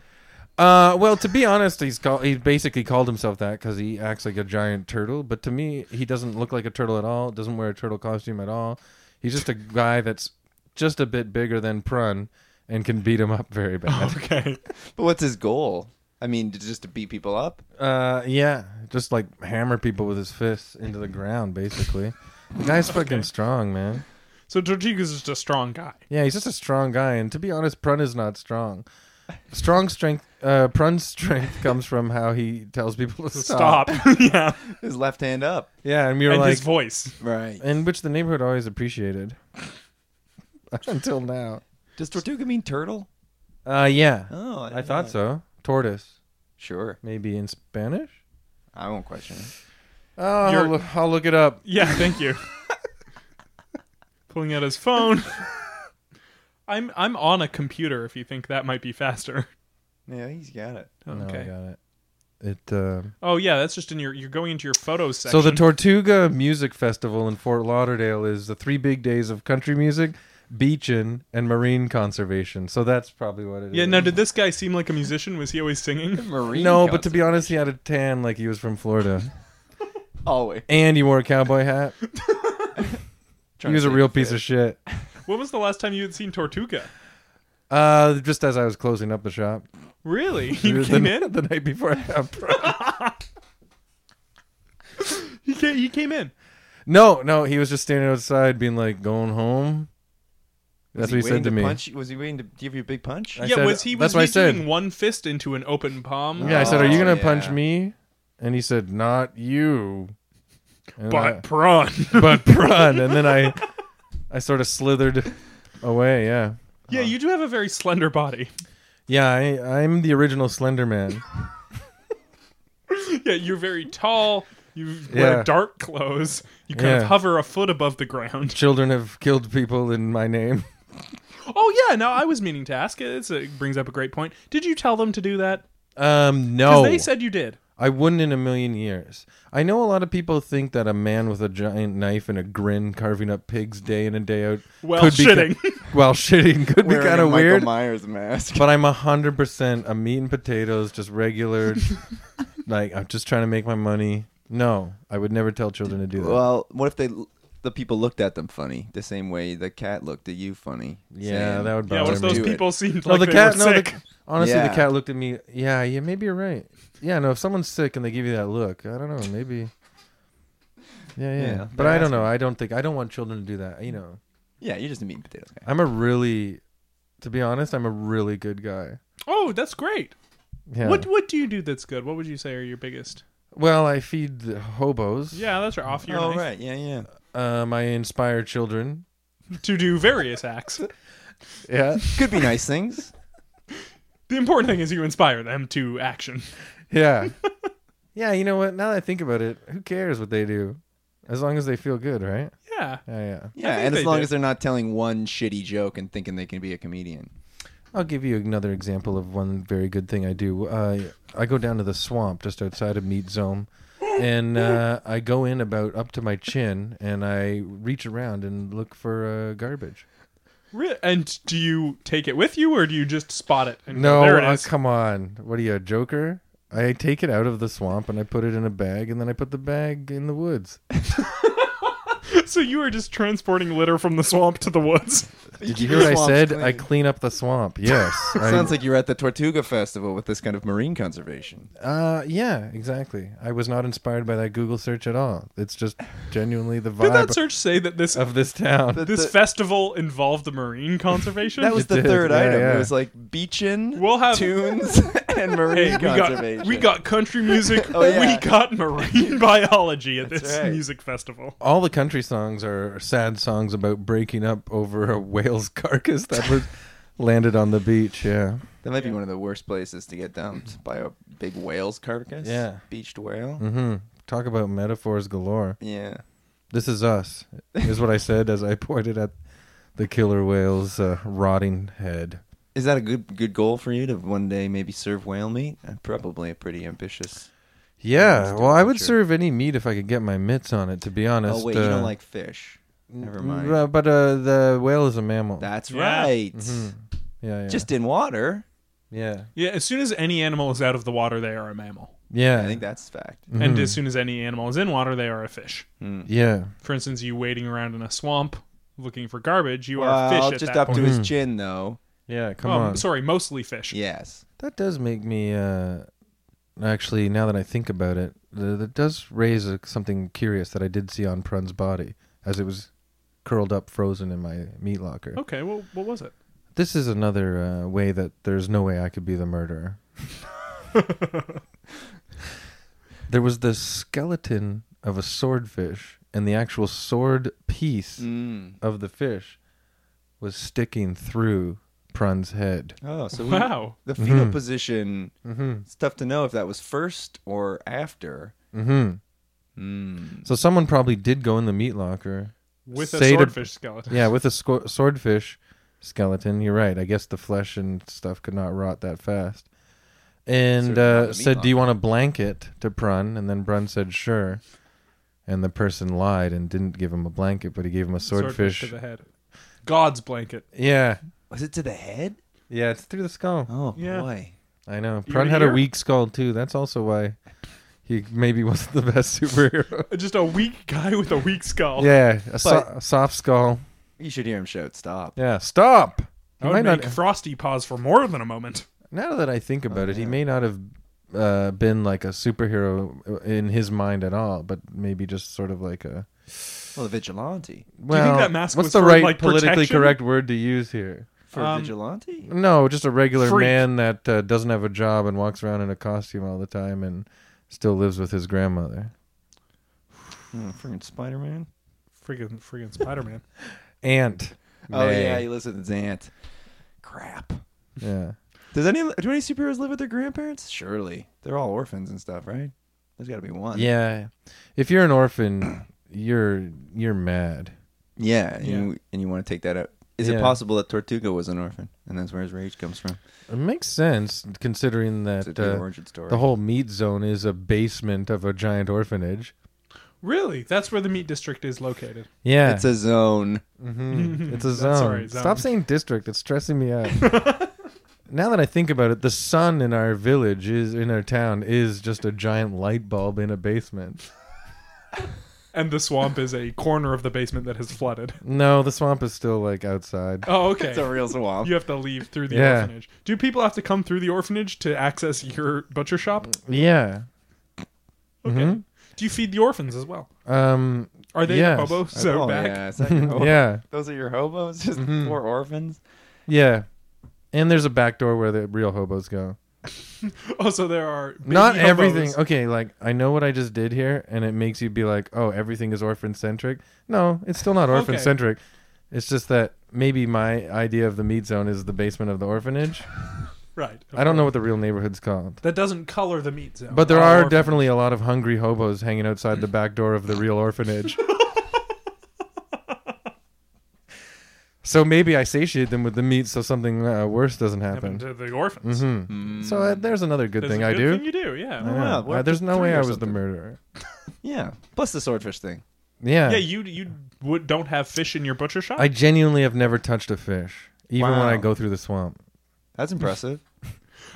Speaker 3: Uh, well, to be honest, he's call- he basically called himself that because he acts like a giant turtle. But to me, he doesn't look like a turtle at all. Doesn't wear a turtle costume at all. He's just a guy that's just a bit bigger than Prun and can beat him up
Speaker 1: <laughs>
Speaker 3: very bad.
Speaker 1: Okay.
Speaker 2: But what's his goal? I mean, to- just to beat people up?
Speaker 3: Uh, yeah, just like hammer people with his fists into the ground, basically. The guy's fucking strong, man.
Speaker 1: So Tortuga's just a strong guy.
Speaker 3: Yeah, he's just a strong guy. And to be honest, Prun is not strong. Strong strength, uh, Prun's <laughs> strength comes from how he tells people to
Speaker 1: So
Speaker 3: stop.
Speaker 1: stop. <laughs> yeah.
Speaker 2: His left hand up.
Speaker 3: Yeah, and we were
Speaker 1: and
Speaker 3: like,
Speaker 1: his voice.
Speaker 2: Right.
Speaker 3: and which the neighborhood always appreciated <laughs> until now.
Speaker 2: Does Tortuga mean turtle?
Speaker 3: Uh, yeah,
Speaker 2: Oh,
Speaker 3: I thought so. Tortoise,
Speaker 2: Sure.
Speaker 3: maybe in Spanish.
Speaker 2: I won't question it.
Speaker 3: Oh, I'll,
Speaker 1: You're-
Speaker 3: loo- I'll look it up.
Speaker 1: Yeah, thank you. Pulling out his phone. <laughs> I'm I'm on a computer if you think that might be faster.
Speaker 2: Yeah, he's got it.
Speaker 3: Oh, No, I
Speaker 1: Okay.
Speaker 3: got it. It. Uh,
Speaker 1: oh yeah, that's just in your you're going into your photos section.
Speaker 3: so the Tortuga Music Festival in Fort Lauderdale is the three big days of country music, beachin', and marine conservation. So that's probably what it is.
Speaker 1: Yeah, now did this guy seem like a musician? Was he always singing?
Speaker 2: <laughs> Marine.
Speaker 3: No, but to be honest, he had a tan like he was from Florida,
Speaker 2: always.
Speaker 3: and he wore a
Speaker 1: <laughs>
Speaker 3: cowboy hat. he was a real piece of shit.
Speaker 1: When was the last time you had seen Tortuga?
Speaker 3: Uh, just as I was closing up the shop, <laughs>
Speaker 1: Really? You
Speaker 3: the,
Speaker 1: came
Speaker 3: the-
Speaker 1: in?
Speaker 3: the night before. I had <laughs> prom.
Speaker 1: He came, he came in.
Speaker 3: no, no, he was just standing outside, being like, "Going home."
Speaker 2: Was
Speaker 3: That's what he
Speaker 2: waiting
Speaker 3: said to
Speaker 2: to
Speaker 3: me.
Speaker 2: Punch, was he waiting to give you a big punch?
Speaker 3: I
Speaker 1: yeah,
Speaker 3: said-
Speaker 1: was he was
Speaker 3: that's what I
Speaker 1: he
Speaker 3: said.
Speaker 1: doing one fist into an open palm?
Speaker 3: Yeah, I said, "Are you
Speaker 2: Oh,
Speaker 3: gonna
Speaker 2: yeah.
Speaker 3: punch me?" And he said, "Not you."
Speaker 1: <laughs>
Speaker 3: And
Speaker 1: But prawn.
Speaker 3: I, <laughs> but run. And then I, I sort of slithered away. Yeah,
Speaker 1: yeah, you do have a very slender body. <laughs>
Speaker 3: yeah. I, I'm the original Slender Man.
Speaker 1: yeah, you're very tall. You
Speaker 3: Yeah.
Speaker 1: wear dark clothes. You kind of
Speaker 3: Yeah.
Speaker 1: hover a foot above the ground. <laughs>
Speaker 3: Children have killed people in my name.
Speaker 1: Oh yeah, no, I was meaning to ask. It's a, it brings up a great point. Did you tell them to do that?
Speaker 3: Um,
Speaker 1: 'Cause
Speaker 3: no,
Speaker 1: they said you did.
Speaker 3: I wouldn't in a million years. I know a lot of people think that a man with a giant knife and a grin carving up pigs day in and day out
Speaker 1: While
Speaker 3: could be ki-
Speaker 1: shitting.
Speaker 3: <laughs> while shitting could be
Speaker 2: Wearing
Speaker 3: kind
Speaker 2: a
Speaker 3: of
Speaker 2: Michael
Speaker 3: weird.
Speaker 2: Myers <laughs> mask.
Speaker 3: But I'm hundred percent a meat and potatoes,
Speaker 2: <laughs>
Speaker 3: just regular. like I'm just trying to make my money. No, I would never tell children to do that.
Speaker 2: Well, what if they the people looked at them funny the same way the cat looked at you funny?
Speaker 3: yeah,
Speaker 2: saying,
Speaker 3: that would
Speaker 1: Yeah,
Speaker 3: bother
Speaker 1: what if
Speaker 3: me.
Speaker 1: those
Speaker 2: Do it.
Speaker 1: people seemed
Speaker 3: No,
Speaker 1: like
Speaker 3: the
Speaker 1: they
Speaker 3: cat.
Speaker 1: were
Speaker 3: No,
Speaker 1: sick?
Speaker 3: the, honestly,
Speaker 2: Yeah.
Speaker 3: the cat looked at me. Yeah, yeah, maybe you're right. Yeah, no, if someone's sick and they give you that look, I don't know, maybe. Yeah, yeah,
Speaker 2: Yeah,
Speaker 3: but
Speaker 2: they're
Speaker 3: I don't know. I don't think I don't want children to do that. You know,
Speaker 2: yeah, you're just a meat and potatoes guy.
Speaker 3: I'm a really, to be honest, I'm a really good guy.
Speaker 1: Oh, that's great.
Speaker 3: Yeah.
Speaker 1: What what do you do that's good? What would you say are your biggest?
Speaker 3: Well, I feed the hobos.
Speaker 1: Yeah, that's right. Off your
Speaker 2: oh
Speaker 1: knife.
Speaker 2: right, yeah, <laughs> yeah.
Speaker 3: Um, I inspire children.
Speaker 1: to do various acts.
Speaker 3: <laughs> Yeah.
Speaker 2: Could be nice <laughs> things.
Speaker 1: The important thing is you inspire them to action. <laughs>
Speaker 3: Yeah. yeah, you know what? Now that I think about it, who cares what they do? As long as they feel good, right?
Speaker 1: Yeah.
Speaker 3: Yeah, yeah.
Speaker 2: Yeah,
Speaker 1: think
Speaker 2: and
Speaker 1: they
Speaker 2: as long
Speaker 1: do.
Speaker 2: as they're not telling one shitty joke and thinking they can be a comedian.
Speaker 3: I'll give you another example of one very good thing I do. Uh, I go down to the swamp just outside of Meat Zone, and uh, I go in about up to my chin, and I reach around and look for uh, garbage.
Speaker 1: Re- And do you take it with you, or do you just spot it? And go,
Speaker 3: No,
Speaker 1: there it
Speaker 3: uh,
Speaker 1: is.
Speaker 3: come on. What are you, a joker? I take it out of the swamp and I put it in a bag, and then I put the bag in
Speaker 2: <laughs>
Speaker 3: the woods.
Speaker 1: <laughs> so you are just transporting litter from the swamp to the woods.
Speaker 3: Did you hear what I
Speaker 2: Swamp's
Speaker 3: said?
Speaker 2: clean.
Speaker 3: I clean up the swamp.
Speaker 2: <laughs>
Speaker 3: Yes. I-
Speaker 2: Sounds like you're at the Tortuga Festival with this kind of marine conservation.
Speaker 3: Uh, yeah, exactly. I was not inspired by that Google search at all. It's just
Speaker 2: <laughs>
Speaker 3: genuinely the
Speaker 1: Did that
Speaker 3: vibe Uh,
Speaker 1: search say that this
Speaker 3: of this town.
Speaker 1: this
Speaker 2: The-
Speaker 1: festival involved the marine conservation?
Speaker 2: <laughs> That was
Speaker 3: It
Speaker 2: the
Speaker 3: did,
Speaker 2: third
Speaker 3: yeah,
Speaker 2: item.
Speaker 3: yeah.
Speaker 2: It was like beachin,
Speaker 1: We'll have-
Speaker 2: <laughs> tunes, and marine
Speaker 1: Hey, we
Speaker 2: conservation.
Speaker 1: got we got country music.
Speaker 2: <laughs> Oh, yeah.
Speaker 1: We got marine
Speaker 2: <laughs>
Speaker 1: biology at
Speaker 2: That's
Speaker 1: this
Speaker 2: right.
Speaker 1: music festival.
Speaker 3: all the country songs are sad songs about breaking up over a whale's <laughs> carcass that was landed on the beach. Yeah.
Speaker 2: That might be one of the worst places to get dumped by a big whale's carcass.
Speaker 3: Yeah.
Speaker 2: beached whale.
Speaker 3: Mm-hmm. Talk about metaphors galore.
Speaker 2: Yeah,
Speaker 3: This is us, is what I said as I pointed at the killer whale's uh, rotting head.
Speaker 2: is that a good good goal for you to one day maybe serve whale meat? Uh, Probably a pretty ambitious.
Speaker 3: Yeah, well, I would
Speaker 2: Picture.
Speaker 3: serve any meat if I could get my mitts on it. To be honest,
Speaker 2: oh wait, you
Speaker 3: uh,
Speaker 2: don't like fish. Never mind.
Speaker 3: uh, But uh, the whale is a mammal.
Speaker 2: That's
Speaker 1: Yeah.
Speaker 2: right.
Speaker 3: Mhm. Yeah, yeah.
Speaker 2: Just in water.
Speaker 3: yeah,
Speaker 1: Yeah, as soon as any animal is out of the water, they are a mammal,
Speaker 3: yeah. Mm-hmm.
Speaker 2: I think that's fact. Hmm.
Speaker 1: and as soon as any animal is in water, they are a fish.
Speaker 3: yeah.
Speaker 1: For instance, you wading around in a swamp looking for garbage, you are
Speaker 2: Well,
Speaker 1: fish at
Speaker 2: just
Speaker 1: that
Speaker 2: up
Speaker 1: point.
Speaker 2: to his chin though.
Speaker 3: Yeah, come
Speaker 1: Um,
Speaker 3: on.
Speaker 1: Sorry, mostly fish.
Speaker 2: Yes.
Speaker 3: That does make me uh actually now that I think about it, th- that does raise a, something curious that I did see on Prun's body as it was curled up frozen in my meat locker.
Speaker 1: Okay, well, what was it?
Speaker 3: This is another uh, way that there's no way I could be the murderer. there was the skeleton of a swordfish and the actual sword piece
Speaker 2: Mm.
Speaker 3: of the fish was sticking through Prun's head.
Speaker 2: Oh, so we,
Speaker 1: Wow.
Speaker 2: the fetal
Speaker 3: Mhm.
Speaker 2: position.
Speaker 3: Mhm.
Speaker 2: It's tough to know if that was first or after.
Speaker 3: Mhm.
Speaker 2: Mm.
Speaker 3: So someone probably did go in the meat locker.
Speaker 1: With a
Speaker 3: Say to-
Speaker 1: swordfish skeleton.
Speaker 3: Yeah, with a sco- swordfish skeleton. You're right. I guess the flesh and stuff could not rot that fast. And
Speaker 2: Certainly not the
Speaker 3: uh,
Speaker 2: meat
Speaker 3: said, "Do you
Speaker 2: locker.
Speaker 3: want a blanket?" to Brun, and then Brun said, "Sure." And the person lied and didn't give him a blanket, but he gave
Speaker 1: <laughs>
Speaker 3: him a swordfish.
Speaker 1: to the head. God's blanket.
Speaker 3: yeah,
Speaker 2: Was it to the head?
Speaker 3: yeah, it's through the skull.
Speaker 2: Oh
Speaker 1: Yeah.
Speaker 2: boy.
Speaker 3: I know.
Speaker 1: to
Speaker 3: Brun had a
Speaker 1: ear?
Speaker 3: weak skull too. That's also why he maybe wasn't the best
Speaker 1: <laughs>
Speaker 3: superhero.
Speaker 1: Just a weak guy with a weak skull.
Speaker 3: yeah, a, so- a soft skull.
Speaker 2: You should hear him shout, "Stop!"
Speaker 3: Yeah, stop.
Speaker 1: I
Speaker 3: You
Speaker 1: would
Speaker 3: might
Speaker 1: make Frosty pause for more than a moment.
Speaker 3: Now that I
Speaker 1: Oh,
Speaker 3: think about it, he
Speaker 2: yeah.
Speaker 3: may not have uh, been like a superhero uh, in his mind at all, but maybe just sort of like a.
Speaker 2: Well, the vigilante
Speaker 3: Well,
Speaker 1: that mask
Speaker 3: what's
Speaker 1: was
Speaker 3: the
Speaker 1: sort of
Speaker 3: right
Speaker 1: like
Speaker 3: politically
Speaker 1: protection?
Speaker 3: correct word to use here?
Speaker 2: for
Speaker 1: Um,
Speaker 2: vigilante.
Speaker 3: No, just a regular
Speaker 1: Freak.
Speaker 3: man that uh, doesn't have a job and walks around in a costume all the time and still lives with his grandmother.
Speaker 2: Hmm, freaking Spider Man.
Speaker 1: Friggin' friggin' Spider
Speaker 3: <laughs>
Speaker 1: Man.
Speaker 3: Aunt.
Speaker 2: Oh
Speaker 3: May.
Speaker 2: yeah, he lives with his aunt. Crap.
Speaker 3: yeah.
Speaker 2: Does any do any superheroes live with their grandparents? Surely they're all orphans and stuff, right? There's got to be one.
Speaker 3: Yeah. If you're an orphan, you're you're mad.
Speaker 2: Yeah, and,
Speaker 1: Yeah.
Speaker 2: You, and you want to take that out. Is it
Speaker 3: Yeah.
Speaker 2: possible that Tortuga was an orphan, and that's where his rage comes from?
Speaker 3: It makes sense considering
Speaker 2: It's a
Speaker 3: that
Speaker 2: big
Speaker 3: uh,
Speaker 2: origin story.
Speaker 3: the whole meat zone is a basement of a giant orphanage.
Speaker 1: Really? That's where the meat district is located.
Speaker 3: Yeah.
Speaker 2: It's a zone. <laughs>
Speaker 3: Mhm. It's a
Speaker 1: That's
Speaker 3: zone.
Speaker 1: alright, zone.
Speaker 3: Stop saying district. It's stressing me out. now that I think about it, the sun in our village is in our town is just a giant light bulb in a basement.
Speaker 1: And the swamp is a corner of the basement that has flooded. <laughs>
Speaker 3: No, the swamp is still like outside.
Speaker 1: Oh, okay.
Speaker 2: It's a real swamp.
Speaker 1: You have to leave through the
Speaker 3: Yeah.
Speaker 1: orphanage. Do people have to come through the orphanage to access your butcher shop?
Speaker 3: Yeah.
Speaker 1: Okay. Do you feed the orphans as well?
Speaker 3: Um. <laughs>
Speaker 1: Are they
Speaker 3: Mm-hmm. Yes.
Speaker 1: hobo?
Speaker 2: Oh,
Speaker 1: So back? Mm-hmm.
Speaker 2: yeah, is that your hobo?
Speaker 3: Yeah.
Speaker 2: Those are your hobos? Just
Speaker 3: Mhm.
Speaker 2: poor orphans?
Speaker 3: Yeah. And there's a back door where the real hobos go.
Speaker 1: <laughs> Also, there are baby
Speaker 3: Not
Speaker 1: hobos.
Speaker 3: everything. Okay, like I know what I just did here, and it makes you be like, "Oh, everything is orphan centric." No, it's still not
Speaker 1: Okay.
Speaker 3: orphan centric. It's just that maybe my idea of the meat zone is the basement of the orphanage.
Speaker 1: Right.
Speaker 3: I don't know what the real neighborhood's called,
Speaker 1: That doesn't color the meat zone.
Speaker 3: but there
Speaker 1: All
Speaker 3: are
Speaker 1: orphans.
Speaker 3: definitely a lot of hungry hobos hanging outside the back door of the real
Speaker 1: <laughs>
Speaker 3: orphanage. so maybe I satiate them with the meat, so something uh, worse doesn't
Speaker 1: Happen
Speaker 3: happen.
Speaker 1: to the orphans.
Speaker 3: hmm So uh, there's another good
Speaker 1: That's
Speaker 3: thing
Speaker 1: a
Speaker 3: I
Speaker 1: good
Speaker 3: do.
Speaker 1: Thing you do, yeah.
Speaker 3: I know.
Speaker 2: Wow, what
Speaker 3: Uh,
Speaker 2: if
Speaker 3: there's
Speaker 2: the
Speaker 3: no
Speaker 2: three
Speaker 3: way
Speaker 2: or
Speaker 3: I was
Speaker 2: something?
Speaker 3: the murderer.
Speaker 2: Yeah. Plus the swordfish thing.
Speaker 3: Yeah.
Speaker 1: Yeah, you you would don't have fish in your butcher shop.
Speaker 3: I genuinely have never touched a fish, even when I
Speaker 2: Wow.
Speaker 3: go through the swamp.
Speaker 2: That's impressive.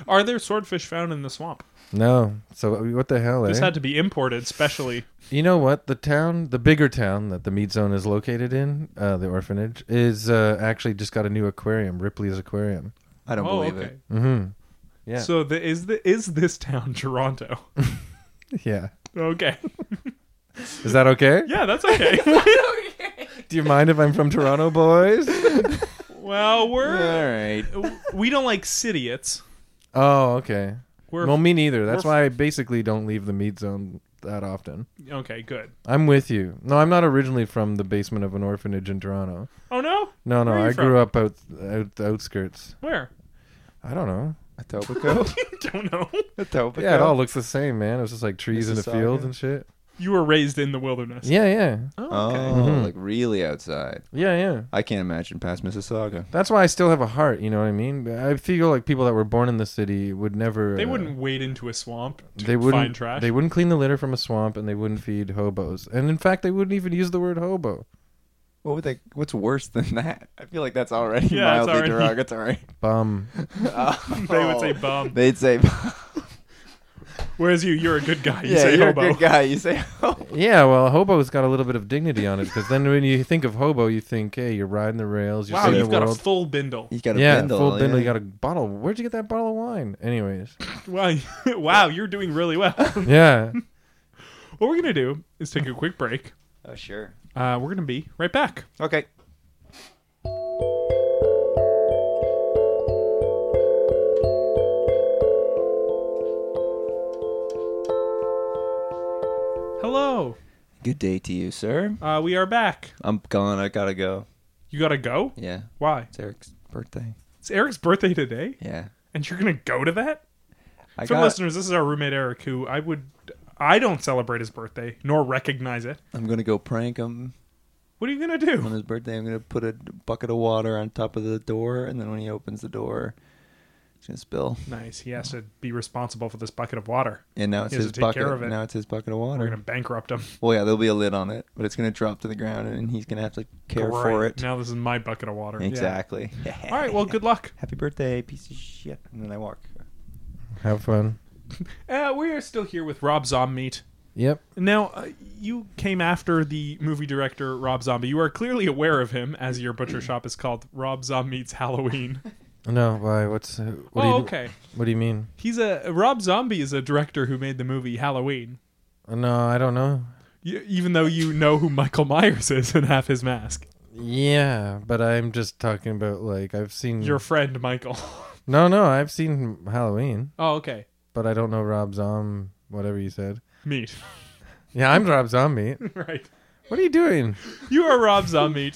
Speaker 1: Are there swordfish found in the swamp?
Speaker 3: No. So what the hell?
Speaker 1: This
Speaker 3: eh?
Speaker 1: had to be imported, specially.
Speaker 3: You know what? The town, the bigger town that the meat zone is located in, uh, the orphanage, is uh, actually just got a new aquarium, Ripley's Aquarium.
Speaker 2: I don't
Speaker 1: oh,
Speaker 2: believe
Speaker 1: okay.
Speaker 2: it.
Speaker 3: Mm-hmm. Yeah.
Speaker 1: So the, is the is this town <laughs> Toronto?
Speaker 3: yeah.
Speaker 1: Okay.
Speaker 3: Is that okay?
Speaker 1: Yeah,
Speaker 3: <laughs>
Speaker 1: that's okay.
Speaker 3: Do you mind if I'm from
Speaker 1: <laughs>
Speaker 3: Toronto, boys?
Speaker 1: well,
Speaker 2: All
Speaker 1: we're
Speaker 2: right.
Speaker 1: we don't like cityots.
Speaker 3: oh, okay.
Speaker 1: We're
Speaker 3: well, me neither. That's
Speaker 1: we're-
Speaker 3: why I basically don't leave the meat zone that often.
Speaker 1: okay. Good.
Speaker 3: I'm with you. No, I'm not originally from the basement of an orphanage in Toronto.
Speaker 1: Oh no,
Speaker 3: No, no,
Speaker 1: Where are you
Speaker 3: I
Speaker 1: from?
Speaker 3: grew up out, out the outskirts.
Speaker 1: where? <laughs>
Speaker 3: I don't know.
Speaker 2: Etobicoke? <laughs>
Speaker 1: don't know.
Speaker 2: Etobicoke?
Speaker 3: yeah, it all looks the same, man. It was just like trees in a
Speaker 2: Mississauga.
Speaker 3: field and shit.
Speaker 1: You were raised in the wilderness.
Speaker 3: Yeah, yeah,
Speaker 2: Oh,
Speaker 3: Mhm.
Speaker 2: like really outside.
Speaker 3: yeah, yeah.
Speaker 2: I can't imagine past Mississauga.
Speaker 3: That's why I still have a heart. You know what I mean? I feel like people that were born in the city would never.
Speaker 1: They
Speaker 3: uh,
Speaker 1: wouldn't wade into a swamp <laughs> to
Speaker 3: They wouldn't.
Speaker 1: find trash.
Speaker 3: They wouldn't clean the litter from a swamp, and they wouldn't feed hobos. And in fact, they wouldn't even use the word hobo.
Speaker 2: What would they? What's worse than that? I feel like that's already
Speaker 1: Yeah, it's
Speaker 2: mildly
Speaker 1: already-
Speaker 2: derogatory. <laughs>
Speaker 3: Bum.
Speaker 1: They would
Speaker 2: Oh.
Speaker 1: say bum.
Speaker 2: They'd say,
Speaker 1: Whereas you, you're a good guy. You
Speaker 2: "Yeah,
Speaker 1: say
Speaker 2: you're
Speaker 1: hobo.
Speaker 2: a good guy." You say, "Oh,
Speaker 3: <laughs>
Speaker 1: <laughs>
Speaker 3: yeah, well, hobo's got a little bit of dignity on it because then when you think of hobo, you think, hey, you're riding the rails.
Speaker 1: <laughs>
Speaker 3: You're
Speaker 1: Wow,
Speaker 3: seeing
Speaker 1: you've
Speaker 3: the
Speaker 1: got a
Speaker 3: world.
Speaker 1: full bindle.
Speaker 2: he's got a
Speaker 3: yeah,
Speaker 2: bindle."
Speaker 3: full
Speaker 2: yeah.
Speaker 3: bindle. You got a bottle. Where'd you get that bottle of wine? Anyways,
Speaker 1: Wow, <laughs> wow, you're doing really well. what
Speaker 3: yeah.
Speaker 1: we're gonna do is take a quick break.
Speaker 2: Oh, sure.
Speaker 1: Uh, we're gonna be right back.
Speaker 2: Okay.
Speaker 1: Hello.
Speaker 2: Good day to you, sir.
Speaker 1: Uh, we are back.
Speaker 2: I'm gone. I gotta go.
Speaker 1: You gotta go.
Speaker 2: Yeah,
Speaker 1: Why?
Speaker 2: it's Eric's birthday.
Speaker 1: It's Eric's birthday today,
Speaker 2: Yeah,
Speaker 1: and you're gonna go to that?
Speaker 2: I
Speaker 1: For
Speaker 2: got.
Speaker 1: listeners, this is our roommate Eric, who I would, I don't celebrate his birthday nor recognize it.
Speaker 2: I'm gonna go prank him
Speaker 1: What are you gonna
Speaker 2: on
Speaker 1: do?
Speaker 2: his birthday. I'm gonna put a bucket of water on top of the door, and then when he opens the door, it's gonna spill.
Speaker 1: Nice. He has to be responsible for this bucket of water.
Speaker 2: And now it's
Speaker 1: He has
Speaker 2: his
Speaker 1: to take
Speaker 2: bucket.
Speaker 1: care of it.
Speaker 2: Now it's his bucket of
Speaker 1: We're gonna
Speaker 2: water.
Speaker 1: bankrupt him.
Speaker 2: Well, yeah, there'll be a lid on it, but it's gonna drop to the ground, and he's gonna have to care for
Speaker 1: Great.
Speaker 2: it.
Speaker 1: Now this is my bucket of water. Yeah.
Speaker 2: Exactly.
Speaker 1: All right. Well, good luck.
Speaker 2: Happy birthday, piece of shit. And then I walk.
Speaker 3: <laughs> Have fun.
Speaker 1: Uh, we are still here with Rob Zombie.
Speaker 3: Yep.
Speaker 1: Now, uh, you came after the movie director Rob Zombie. You are clearly aware of him, as your
Speaker 3: <clears throat>
Speaker 1: butcher shop is called Rob Zombie's Halloween.
Speaker 3: No, why? What's uh,
Speaker 1: oh,
Speaker 3: what? do you,
Speaker 1: okay.
Speaker 3: What do you mean?
Speaker 1: He's a Rob Zombie is a director who made the movie Halloween.
Speaker 3: Uh, No, I don't know.
Speaker 1: Y even though you know who Michael Myers is and have his mask,
Speaker 3: Yeah, but I'm just talking about like I've seen.
Speaker 1: your friend Michael. <laughs>
Speaker 3: no, no, I've seen Halloween,
Speaker 1: oh, okay.
Speaker 3: but I don't know Rob Zom. Whatever you said.
Speaker 1: Meat. <laughs>
Speaker 3: Yeah, I'm Rob Zombie.
Speaker 1: right.
Speaker 3: What are you doing?
Speaker 1: You are Rob Zombie.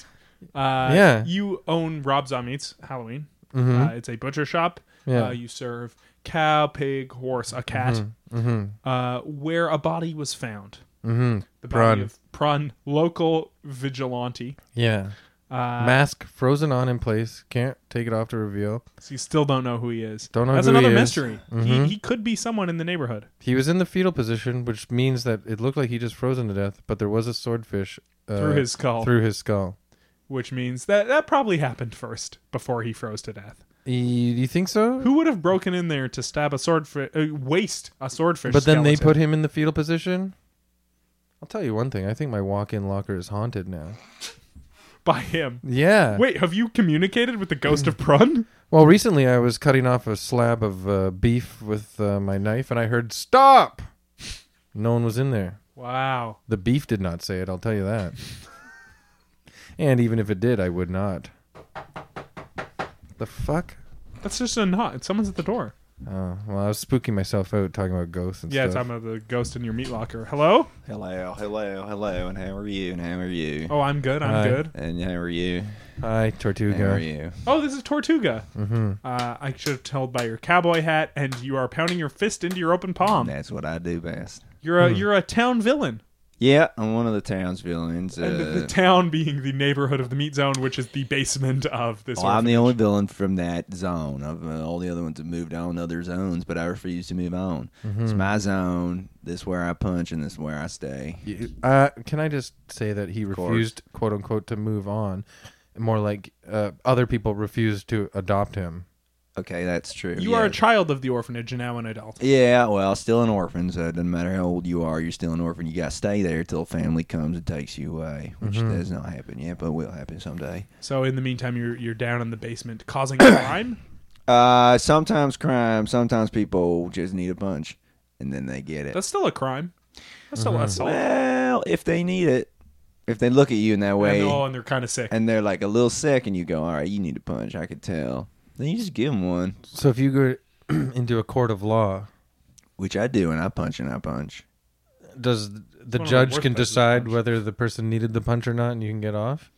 Speaker 1: Uh,
Speaker 3: Yeah.
Speaker 1: You own Rob Zombie's Halloween.
Speaker 3: hmm
Speaker 1: Uh, it's Uh, a butcher shop.
Speaker 3: yeah, Mm-hmm.
Speaker 1: Uh, you serve cow, pig, horse, a cat, Uh, where a body was found.
Speaker 3: Mm-hmm.
Speaker 1: The
Speaker 3: Prun.
Speaker 1: body of Prun, local vigilante.
Speaker 3: Yeah.
Speaker 1: Uh,
Speaker 3: Mask frozen on in place. Can't take it off to reveal.
Speaker 1: so you still don't know who he is.
Speaker 3: Don't know
Speaker 1: That's
Speaker 3: who he
Speaker 1: another
Speaker 3: is.
Speaker 1: mystery. He,
Speaker 3: Mhm.
Speaker 1: he could be someone in the neighborhood.
Speaker 3: He was in the fetal position, which means that it looked like he just frozen to death, but there was a swordfish uh,
Speaker 1: through his skull,
Speaker 3: through his skull.
Speaker 1: which means that that probably happened first before he froze to death.
Speaker 3: E- do you think so?
Speaker 1: Who would have broken in there to stab a swordfish, uh, waste a swordfish?
Speaker 3: but then they
Speaker 1: skeleton?
Speaker 3: put him in the fetal position. I'll tell you one thing. I think my walk-in locker is haunted now.
Speaker 1: by him.
Speaker 3: Yeah.
Speaker 1: Wait, have you communicated with the ghost
Speaker 3: <clears throat>
Speaker 1: of Prun?
Speaker 3: Well, recently I was cutting off a slab of uh, beef with uh, my knife, and I heard "Stop!" No one was in there.
Speaker 1: Wow,
Speaker 3: The beef did not say it. I'll tell
Speaker 1: <laughs>
Speaker 3: you that. and even if it did, I would not. The fuck?
Speaker 1: that's just a knot. Someone's at the door.
Speaker 3: Oh, well, I was spooking myself out talking about ghosts and
Speaker 1: yeah, it's
Speaker 3: stuff.
Speaker 1: talking about the ghost in your meat locker. Hello.
Speaker 2: Hello, hello, hello, and how are you? And how are you?
Speaker 1: Oh, I'm good. I'm
Speaker 3: Hi.
Speaker 1: good.
Speaker 2: And how are you?
Speaker 3: Hi,
Speaker 2: How are
Speaker 3: Tortuga.
Speaker 2: you?
Speaker 1: Oh, this is Tortuga.
Speaker 3: Mm-hmm.
Speaker 1: Uh, I should have told by your cowboy hat, and you are pounding your fist into your open palm.
Speaker 2: That's what I do best.
Speaker 1: You're a you're a town villain,
Speaker 2: Yeah, I'm one of the town's villains. Uh,
Speaker 1: and the, the town being the neighborhood of the meat zone, which is the basement of this.
Speaker 2: well, I'm the
Speaker 1: orphanage.
Speaker 2: only villain from that zone. Of uh, all the other ones have moved on to other zones, but I refuse to move on.
Speaker 1: Mm-hmm.
Speaker 2: It's my zone. This where I punch, and this where I stay.
Speaker 3: You- Uh, can I just say that he
Speaker 2: course.
Speaker 3: refused, quote unquote, to move on? More like uh, other people refused to adopt him.
Speaker 2: Okay, that's true.
Speaker 1: You
Speaker 2: yeah.
Speaker 1: are a child of the orphanage and now an adult.
Speaker 2: Yeah, well, still an orphan, so it doesn't matter how old you are, you're still an orphan. You gotta stay there till family comes and takes you away, which
Speaker 1: Mm-hmm.
Speaker 2: does not happen yet, but will happen someday.
Speaker 1: So in the meantime, you're you're down in the basement causing <coughs> crime.
Speaker 2: Uh, sometimes crime, sometimes people just need a punch, and then they get it.
Speaker 1: That's still a crime. That's still an assault.
Speaker 2: Mm-hmm. well, if they need it, if they look at you in that way,
Speaker 1: And, oh, and they're kind of sick.
Speaker 2: and they're like a little sick, and you go, "All right, you need a punch," I could tell. Then you just give them one,
Speaker 3: So if you go <clears throat> into a court of law,
Speaker 2: which I do, and I punch and I punch.
Speaker 3: does the
Speaker 1: one of the
Speaker 3: judge
Speaker 1: worst
Speaker 3: can
Speaker 1: places to
Speaker 3: decide
Speaker 1: punch.
Speaker 3: whether the person needed the punch or not, and you can get off?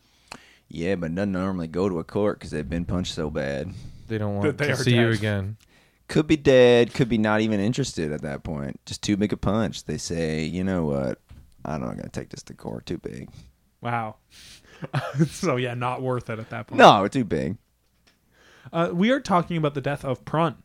Speaker 2: Yeah, but doesn't normally go to a court because they've been punched so bad.
Speaker 3: They don't want
Speaker 1: they
Speaker 3: to
Speaker 1: are
Speaker 3: see you
Speaker 1: dead.
Speaker 3: again.
Speaker 2: could be dead, could be not even interested at that point. Just too big a punch. They say, you know what? I don't. I'm gonna take this to court. Too big.
Speaker 1: wow. <laughs> so yeah, not worth it at that point.
Speaker 2: No, too big.
Speaker 1: Uh, we are talking about the death of Prun.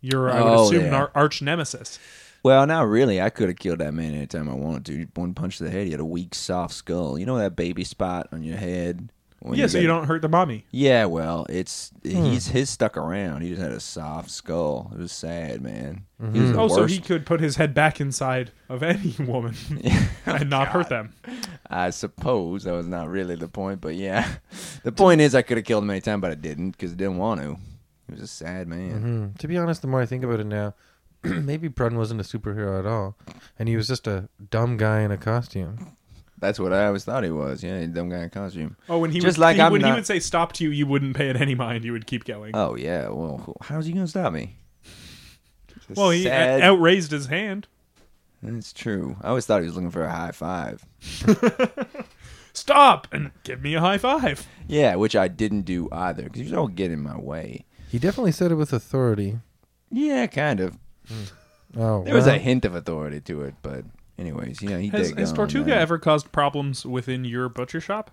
Speaker 1: Your, I would
Speaker 2: Mm. Oh,
Speaker 1: assume,
Speaker 2: yeah.
Speaker 1: nar- arch nemesis.
Speaker 2: Well, not really. I could have killed that man anytime I wanted to. One punch to the head. He had a weak, soft skull. You know that baby spot on your head. when
Speaker 1: yeah, so
Speaker 2: got-
Speaker 1: you don't hurt the mommy.
Speaker 2: Yeah, well, it's
Speaker 1: Hmm.
Speaker 2: he's his stuck around. He just had a soft skull. It was sad, man. He was the
Speaker 1: Oh, so
Speaker 2: worst.
Speaker 1: he could put his head back inside of any <laughs>
Speaker 2: <laughs>
Speaker 1: woman and not hurt them.
Speaker 2: I suppose that was not really the point, but yeah, <laughs> the point is I could have killed him anytime, but I didn't because I didn't want to. He was a sad man.
Speaker 1: Mm-hmm.
Speaker 3: Hmm. To be honest, the more I think about it now, <clears throat> maybe Brun wasn't a superhero at all, and he was just a dumb guy in a costume.
Speaker 2: That's what I always thought he was. Yeah, dumb guy in costume.
Speaker 1: Oh, when he
Speaker 2: Just
Speaker 1: would,
Speaker 2: like
Speaker 1: he-
Speaker 2: I'm
Speaker 1: when he
Speaker 2: not-
Speaker 1: would say stop to you, you wouldn't pay it any mind. You would keep going.
Speaker 2: Oh yeah. Well, who- how's he gonna stop me? Just
Speaker 1: well, he
Speaker 2: sad.
Speaker 1: out- outraised his hand.
Speaker 2: That's true. I always thought he was looking for a high five.
Speaker 1: Stop and give me a high five.
Speaker 2: Yeah, which I didn't do either because he was all get in my way.
Speaker 3: He definitely said it with authority.
Speaker 2: Yeah, kind of.
Speaker 3: Oh,
Speaker 2: There was
Speaker 3: well.
Speaker 2: a hint of authority to it, but anyways, yeah, he
Speaker 1: Has,
Speaker 2: did.
Speaker 1: has Tortuga ever caused problems within your butcher shop?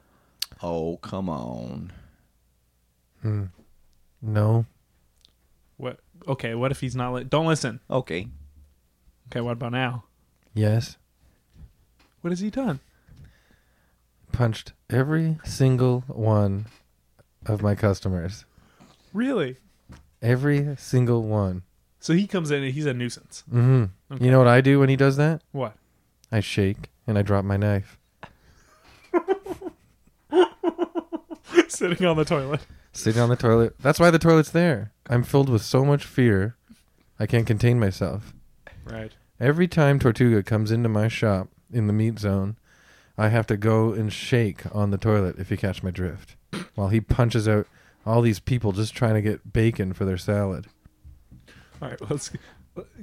Speaker 2: Oh come on.
Speaker 3: Hmm. no.
Speaker 1: What? Okay, what if he's not? Li- don't listen.
Speaker 2: Okay.
Speaker 1: Okay, what about now?
Speaker 3: Yes.
Speaker 1: What has he done?
Speaker 3: punched every single one of my customers.
Speaker 1: Really?
Speaker 3: Every single one.
Speaker 1: So he comes in and he's a nuisance.
Speaker 3: hmm
Speaker 1: Okay.
Speaker 3: You know what I do when he does that?
Speaker 1: What?
Speaker 3: I shake and I drop my knife.
Speaker 1: <laughs> Sitting on the toilet.
Speaker 3: Sitting on the toilet. That's why the toilet's there. I'm filled with so much fear, I can't contain myself.
Speaker 1: Right.
Speaker 3: Every time Tortuga comes into my shop in the meat zone, I have to go and shake on the toilet if you catch my drift. While he punches out all these people just trying to get bacon for their salad.
Speaker 1: All right. Let's.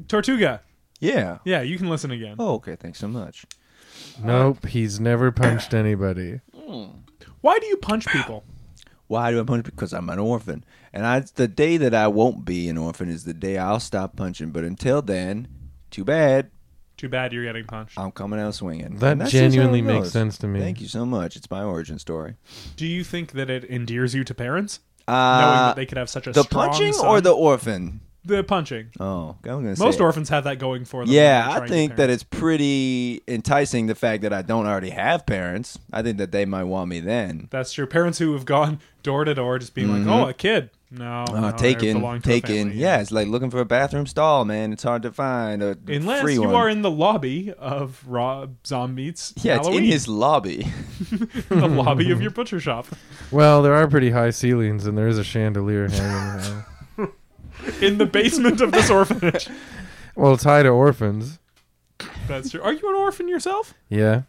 Speaker 1: Tortuga.
Speaker 2: Yeah.
Speaker 1: Yeah, you can listen again.
Speaker 2: Oh, okay. Thanks so much.
Speaker 3: Nope, he's never punched anybody.
Speaker 1: Why do you punch people?
Speaker 2: Why do I punch? Because I'm an orphan. And I, the day that I won't be an orphan is the day I'll stop punching. But until then, too bad.
Speaker 1: Too bad you're getting punched.
Speaker 2: I'm coming out swinging.
Speaker 3: That
Speaker 2: And that's just how it
Speaker 3: genuinely makes
Speaker 2: goes.
Speaker 3: sense to me.
Speaker 2: Thank you so much. It's my origin story.
Speaker 1: Do you think that it endears you to parents? knowing
Speaker 2: Uh,
Speaker 1: that they could have such a
Speaker 2: the
Speaker 1: strong
Speaker 2: punching
Speaker 1: son?
Speaker 2: or the orphan?
Speaker 1: the punching.
Speaker 2: Oh, I'm gonna say
Speaker 1: Most
Speaker 2: it.
Speaker 1: orphans have that going for them.
Speaker 2: Yeah, I think that it's pretty enticing the fact that I don't already have parents. I think that they might want me then.
Speaker 1: that's your parents who have gone <laughs> door to door, just being like, "Oh, a kid." No,
Speaker 2: Mm-hmm. Uh,
Speaker 1: no, they
Speaker 2: taken,
Speaker 1: belong to a
Speaker 2: taken.
Speaker 1: family.
Speaker 2: Yeah, it's like looking for a bathroom stall, man. It's hard to find a
Speaker 1: Unless
Speaker 2: free
Speaker 1: you
Speaker 2: one.
Speaker 1: are in the lobby of Rob Zombie's
Speaker 2: yeah,
Speaker 1: Halloween,
Speaker 2: it's in his lobby.
Speaker 1: <laughs> the lobby of your butcher shop.
Speaker 3: Well, there are pretty high ceilings, and there is a chandelier <laughs> hanging. there.
Speaker 1: in the basement of
Speaker 2: <laughs>
Speaker 1: this orphanage.
Speaker 3: Well, it's high to orphans.
Speaker 1: That's true. Are you an orphan yourself?
Speaker 3: Yeah,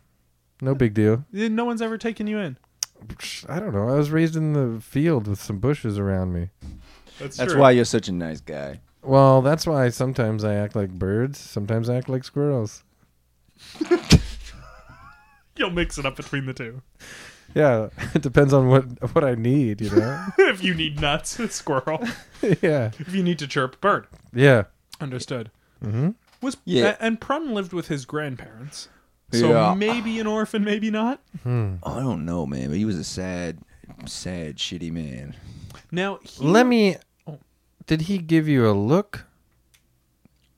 Speaker 3: no big deal.
Speaker 1: Then No one's ever taken you in.
Speaker 3: Psh, I don't know. I was raised in the field with some bushes around me.
Speaker 1: That's,
Speaker 2: <laughs> That's
Speaker 1: true.
Speaker 2: why you're such a nice guy.
Speaker 3: Well, that's why sometimes I act like birds. Sometimes I act like squirrels.
Speaker 1: you'll mix it up between the two. <laughs>
Speaker 3: Yeah, <laughs> it depends on what what I need. You <laughs> know.
Speaker 1: if you need nuts, <laughs> squirrel.
Speaker 3: yeah.
Speaker 1: If you need to chirp, bird.
Speaker 3: Yeah.
Speaker 1: Understood.
Speaker 3: Mhm.
Speaker 1: Was
Speaker 2: Yeah.
Speaker 1: a- and Prun lived with his grandparents, so
Speaker 2: Yeah.
Speaker 1: maybe an orphan, maybe not.
Speaker 3: Hmm.
Speaker 2: Oh, I don't know, man, but he was a sad, sad, shitty man.
Speaker 1: Now he,
Speaker 3: Let me.
Speaker 1: Oh.
Speaker 3: Did he give you a look?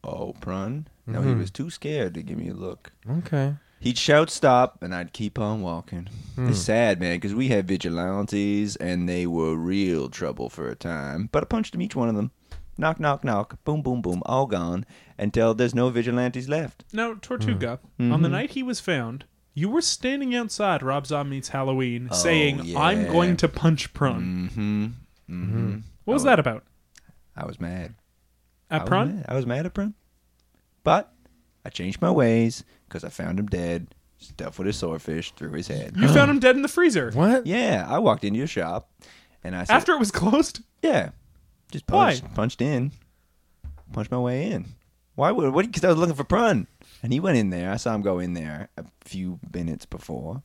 Speaker 2: Oh, Prun? No, he
Speaker 1: Mm-hmm.
Speaker 3: Mhm.
Speaker 2: was too scared to give me a look.
Speaker 3: Okay.
Speaker 2: He'd shout stop, and I'd keep on walking.
Speaker 1: Hmm.
Speaker 2: It's sad, man, because we had vigilantes, and they were real trouble for a time. But I punched him each one of them. Knock, knock, knock. Boom, boom, boom. All gone until there's no vigilantes left.
Speaker 1: now Tortuga. On the night he was found, you were standing outside Rob Zombie's Halloween, saying,
Speaker 2: yeah.
Speaker 1: "I'm going to punch Prun." Hmm.
Speaker 2: Mm-hmm. Mm-hmm.
Speaker 1: What was that about?
Speaker 2: I was mad. I
Speaker 1: At
Speaker 2: was
Speaker 1: Prun?
Speaker 2: mad. I was mad at Prun. But I changed my ways because I found him dead, stuffed with a swordfish through his head.
Speaker 1: You found him dead in the freezer
Speaker 3: <gasps>
Speaker 2: <gasps>
Speaker 3: What?
Speaker 2: yeah, I walked into your shop, and I said,
Speaker 1: after it was closed.
Speaker 2: Yeah. Just
Speaker 1: Why?
Speaker 2: punched, punched in. Punched my way in. Why would? What? Because I was looking for Prun, and he went in there. I saw him go in there a few minutes before,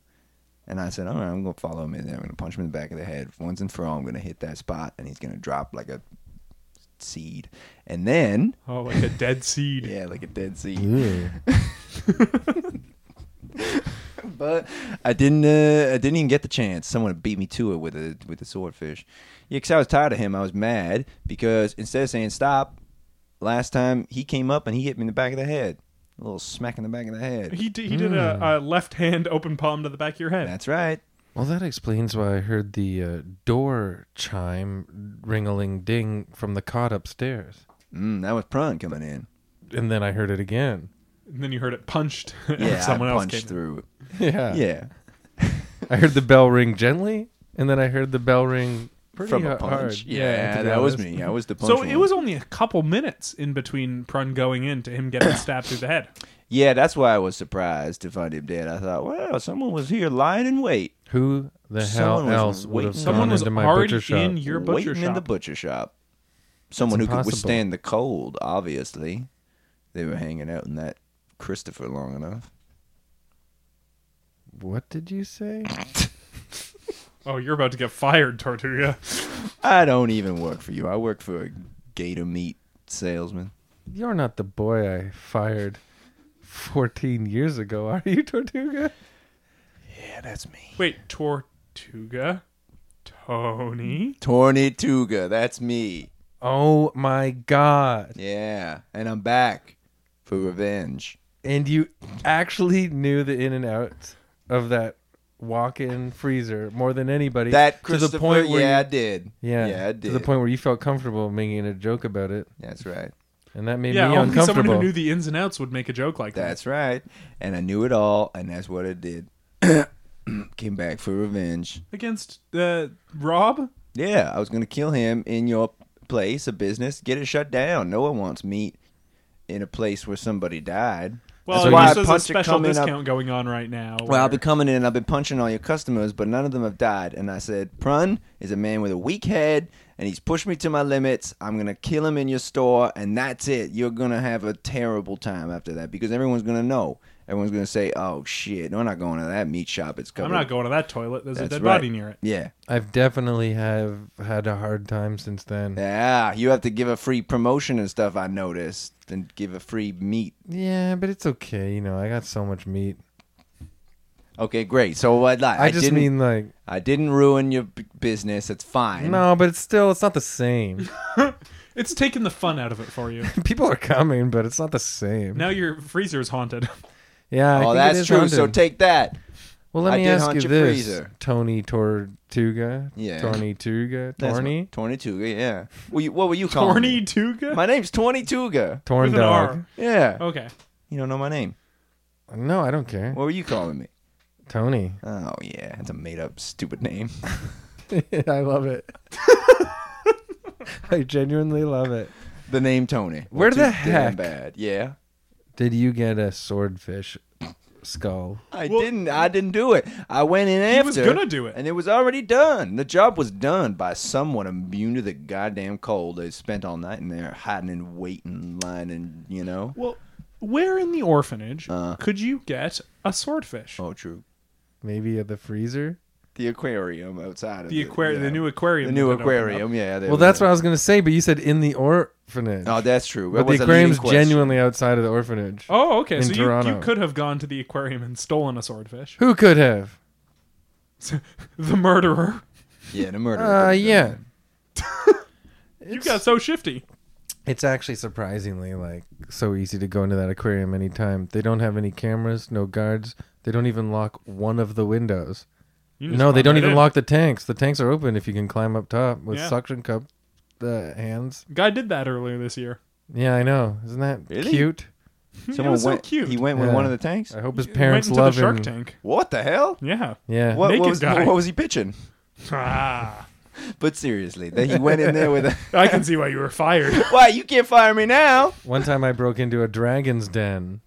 Speaker 2: and I said, "All right, I'm gonna follow him in there. I'm gonna punch him in the back of the head once and for all. I'm gonna hit that spot, and he's gonna drop like a seed, and then
Speaker 1: Oh, like a dead <laughs> seed.
Speaker 2: yeah, like a dead seed.
Speaker 3: Ew.
Speaker 2: But I didn't. Uh, I didn't even get the chance. Someone beat me to it with a with a swordfish. Yeah, because I was tired of him. I was mad because instead of saying stop, last time he came up and he hit me in the back of the head. A little smack in the back of the head.
Speaker 1: He, d- he did
Speaker 2: Hmm.
Speaker 1: a, a left hand open palm to the back of your head.
Speaker 2: That's right.
Speaker 3: Well, that explains why I heard the uh, door chime ringling ding from the cot upstairs.
Speaker 2: Mm, that was Prun coming in.
Speaker 3: And then I heard it again. <laughs>
Speaker 1: And then you heard it punched. <laughs> and
Speaker 2: Yeah,
Speaker 1: <laughs> someone
Speaker 2: I
Speaker 1: else
Speaker 2: punched
Speaker 1: came.
Speaker 2: through.
Speaker 3: Yeah.
Speaker 2: Yeah,
Speaker 3: I heard the bell ring gently, and then I heard the bell ring pretty
Speaker 2: from
Speaker 3: ha-
Speaker 2: a punch.
Speaker 3: hard.
Speaker 2: Yeah,
Speaker 3: to be
Speaker 2: that was
Speaker 3: honest.
Speaker 2: me. I was the punch.
Speaker 1: So it
Speaker 2: one.
Speaker 1: was only a couple minutes in between Prun going in to him getting <coughs> stabbed through the head.
Speaker 2: Yeah, that's why I was surprised to find him dead. I thought, well, someone was here lying in wait,
Speaker 3: Who the hell
Speaker 2: Someone was
Speaker 3: else would
Speaker 2: waiting-
Speaker 3: have
Speaker 1: Someone
Speaker 3: gone
Speaker 1: was
Speaker 3: into my
Speaker 1: already
Speaker 3: butcher shop?
Speaker 1: in your butcher
Speaker 2: waiting in
Speaker 1: shop.
Speaker 2: the butcher shop. Someone who could
Speaker 3: impossible.
Speaker 2: withstand the cold. Obviously, they were hanging out in that Christopher long enough. <laughs>
Speaker 3: What did you say?
Speaker 1: oh, you're about to get fired, Tortuga.
Speaker 2: I don't even work for you. I work for a gator meat salesman.
Speaker 3: You're not the boy I fired 14 years ago, are you, Tortuga?
Speaker 2: Yeah, that's me.
Speaker 1: Wait, Tortuga? Tony?
Speaker 2: Tornituga, that's me.
Speaker 3: Oh my god.
Speaker 2: Yeah, and I'm back for revenge.
Speaker 3: And you actually knew the in and outs of that walk in freezer more than anybody.
Speaker 2: That
Speaker 3: to the
Speaker 2: Christopher,
Speaker 3: point where
Speaker 2: yeah, I
Speaker 3: you,
Speaker 2: did.
Speaker 3: yeah,
Speaker 2: yeah, I
Speaker 3: to
Speaker 2: did.
Speaker 3: the point where you felt comfortable making a joke about it,
Speaker 2: That's right.
Speaker 3: and that made
Speaker 1: yeah,
Speaker 3: me
Speaker 1: only someone who
Speaker 3: uncomfortable.
Speaker 1: knew the ins and outs would make a joke like that.
Speaker 2: That's right. And I knew it all, and that's what I did. <clears throat> Came back for revenge.
Speaker 1: Against uh, Rob?
Speaker 2: Yeah, I was gonna kill him in your place, a business, get it shut down. No one wants meat in a place where somebody died.
Speaker 1: Well,
Speaker 3: That's why
Speaker 1: I guess
Speaker 2: I
Speaker 1: there's a
Speaker 2: punched it
Speaker 1: special
Speaker 2: coming up-
Speaker 1: discount going on right now.
Speaker 2: Well, I've
Speaker 1: where-
Speaker 2: been coming in and I've been punching all your customers, but none of them have died. And I said, Prun is a man with a weak head, and he's pushed me to my limits. I'm gonna kill him in your store, and that's it. You're gonna have a terrible time after that because everyone's gonna know. everyone's going to say, "Oh shit, no, I'm not going to that meat shop. It's covered."
Speaker 1: I'm not going to that toilet. There's a
Speaker 2: That's
Speaker 1: dead
Speaker 2: right.
Speaker 1: body near it.
Speaker 2: Yeah,
Speaker 3: I've definitely have had a hard time since then.
Speaker 2: yeah. You have to give a free promotion and stuff. I noticed, and give a free meat.
Speaker 3: Yeah, but it's okay. You know, I got so much meat.
Speaker 2: Okay, great. So what? I,
Speaker 3: I, just
Speaker 2: didn't.
Speaker 3: mean like
Speaker 2: I didn't ruin your b- business. It's fine.
Speaker 3: no, but it's still it's not
Speaker 2: <laughs>
Speaker 3: the same.
Speaker 1: It's taking the fun out of it
Speaker 3: <laughs>
Speaker 1: for you.
Speaker 3: People are coming, but it's not the same.
Speaker 1: now your freezer is
Speaker 3: <laughs>
Speaker 1: haunted.
Speaker 3: Yeah, I
Speaker 2: Oh,
Speaker 3: think it
Speaker 2: that's
Speaker 3: is
Speaker 2: true. So
Speaker 3: haunted.
Speaker 2: take that.
Speaker 3: well, let
Speaker 2: I
Speaker 3: me
Speaker 2: did
Speaker 3: ask
Speaker 2: haunt your
Speaker 3: you this,
Speaker 2: freezer.
Speaker 3: Tony Tortuga.
Speaker 2: Yeah.
Speaker 3: Tony Tuga.
Speaker 2: That's
Speaker 3: Torny.
Speaker 2: my- Twenty Tuga. Yeah. Well, you, what were you calling?
Speaker 1: Corny
Speaker 2: me?
Speaker 1: Tuga?
Speaker 2: My name's Twenty Tuga.
Speaker 3: Torn
Speaker 1: With an
Speaker 3: dog.
Speaker 1: R.
Speaker 2: Yeah.
Speaker 1: Okay.
Speaker 2: You don't know my name.
Speaker 3: No, I don't care.
Speaker 2: What were you calling me? <laughs>
Speaker 3: Tony.
Speaker 2: Oh yeah, it's a made-up stupid name.
Speaker 3: I love it. <laughs> I genuinely love it.
Speaker 2: the name Tony.
Speaker 3: Where
Speaker 2: Which
Speaker 3: the
Speaker 2: is damn
Speaker 3: heck?
Speaker 2: Bad. Yeah.
Speaker 3: Did you get a swordfish skull?
Speaker 2: I
Speaker 1: Well-
Speaker 2: didn't. I didn't do it. I went in after.
Speaker 1: He was gonna do it.
Speaker 2: and it was already done. The job was done by someone immune to the goddamn cold. They spent all night in there hiding and waiting, lying, and you know.
Speaker 1: Well, where in the orphanage
Speaker 2: Uh.
Speaker 1: could you get a swordfish?
Speaker 2: Oh, true.
Speaker 3: Maybe at the freezer?
Speaker 2: The aquarium outside of
Speaker 1: the aquarium,
Speaker 2: yeah.
Speaker 1: the new aquarium,
Speaker 2: the new
Speaker 1: that opened up.
Speaker 2: aquarium. Yeah. there
Speaker 3: Well,
Speaker 2: we
Speaker 3: that's
Speaker 2: go.
Speaker 3: what I was going to say, but you said in the orphanage.
Speaker 2: Oh, that's true. That
Speaker 3: but
Speaker 2: was a
Speaker 3: the aquarium's
Speaker 2: leading question.
Speaker 3: genuinely outside of the orphanage.
Speaker 1: Oh, okay.
Speaker 3: In
Speaker 1: so you, you
Speaker 3: Toronto.
Speaker 1: could have gone to the aquarium and stolen a swordfish. <laughs>
Speaker 3: Who could have?
Speaker 1: the murderer.
Speaker 2: Yeah, the murder.
Speaker 3: Uh, yeah.
Speaker 1: You got so shifty.
Speaker 3: It's actually surprisingly like so easy to go into that aquarium anytime. They don't have any cameras, no guards. They don't even lock one of the windows.
Speaker 1: You just
Speaker 3: No, they
Speaker 1: run
Speaker 3: don't
Speaker 1: right
Speaker 3: even
Speaker 1: in.
Speaker 3: lock the tanks. The tanks are open if you can climb up top with
Speaker 1: Yeah.
Speaker 3: suction cup the hands.
Speaker 1: Guy did that earlier this year.
Speaker 3: Yeah, I know. Isn't that
Speaker 2: Really?
Speaker 3: cute?
Speaker 1: it
Speaker 2: Someone
Speaker 1: was
Speaker 2: went.
Speaker 1: so cute.
Speaker 2: He went with
Speaker 3: Yeah.
Speaker 2: one of the tanks.
Speaker 3: I hope his
Speaker 1: He
Speaker 3: parents
Speaker 1: went into
Speaker 3: love
Speaker 1: the Shark
Speaker 3: him.
Speaker 1: Tank.
Speaker 2: What the hell?
Speaker 1: Yeah.
Speaker 3: Yeah.
Speaker 2: What,
Speaker 1: Naked
Speaker 2: what was
Speaker 1: guy.
Speaker 2: what was he pitching?
Speaker 1: Ah,
Speaker 2: But seriously, that he went in there with a. <laughs>
Speaker 1: I can see why you were fired. <laughs>
Speaker 2: Why you can't fire me now?
Speaker 3: One time I broke into a dragon's den.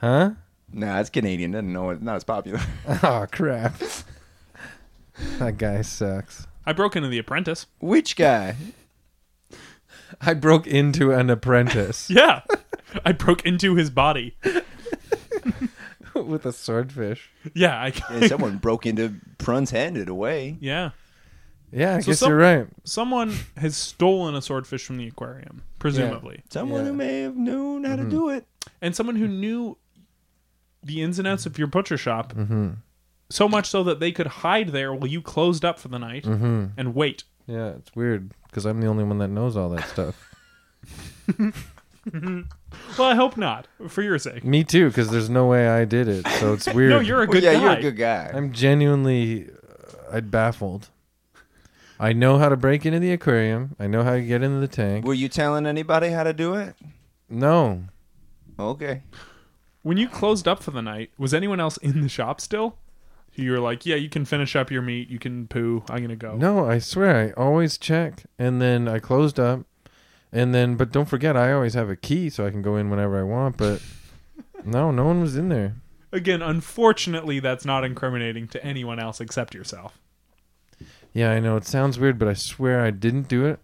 Speaker 3: huh? <laughs>
Speaker 2: Nah, it's Canadian. Doesn't know it. Not as popular. <laughs>
Speaker 3: Oh crap. <laughs> that guy sucks.
Speaker 1: I broke into The Apprentice.
Speaker 2: Which guy?
Speaker 3: I broke into
Speaker 2: <laughs>
Speaker 3: an apprentice <laughs>
Speaker 1: Yeah. <laughs> I broke into his body.
Speaker 3: with a swordfish.
Speaker 1: Yeah. I, <laughs>
Speaker 2: Yeah, someone broke into Prun's hand it away.
Speaker 1: yeah.
Speaker 3: Yeah, I
Speaker 1: So
Speaker 3: guess
Speaker 1: some-
Speaker 3: you're right.
Speaker 1: Someone has stolen a swordfish from the aquarium, presumably.
Speaker 2: Someone who
Speaker 3: Yeah.
Speaker 2: may have known how
Speaker 1: Mm-hmm.
Speaker 2: to do it.
Speaker 1: and someone who knew the ins and outs of your butcher shop so much so that they could hide there while you closed up for the night and wait
Speaker 3: Yeah, it's weird because I'm the only one that knows all that
Speaker 1: <laughs>
Speaker 3: stuff.
Speaker 1: well i hope not for your sake
Speaker 3: Me too, because there's no way I did it. So it's
Speaker 1: <laughs>
Speaker 3: weird.
Speaker 1: no you're a
Speaker 2: Well,
Speaker 1: good
Speaker 2: yeah,
Speaker 1: guy
Speaker 2: you're a good guy.
Speaker 3: I'm genuinely, uh, I'd baffled. I know how to break into the aquarium. I know how to get into the tank.
Speaker 2: Were you telling anybody how to do it?
Speaker 3: No,
Speaker 2: Okay.
Speaker 1: when you closed up for the night was anyone else in the shop still you were like yeah you can finish up your meat you can poo i'm gonna go
Speaker 3: no, I swear, I always check, and then I closed up, and then, but don't forget, I always have a key, so I can go in whenever I
Speaker 1: <laughs>
Speaker 3: want. But no, no one was in there.
Speaker 1: again unfortunately that's not incriminating to anyone else except yourself
Speaker 3: Yeah, I know it sounds weird, but I swear I didn't do it.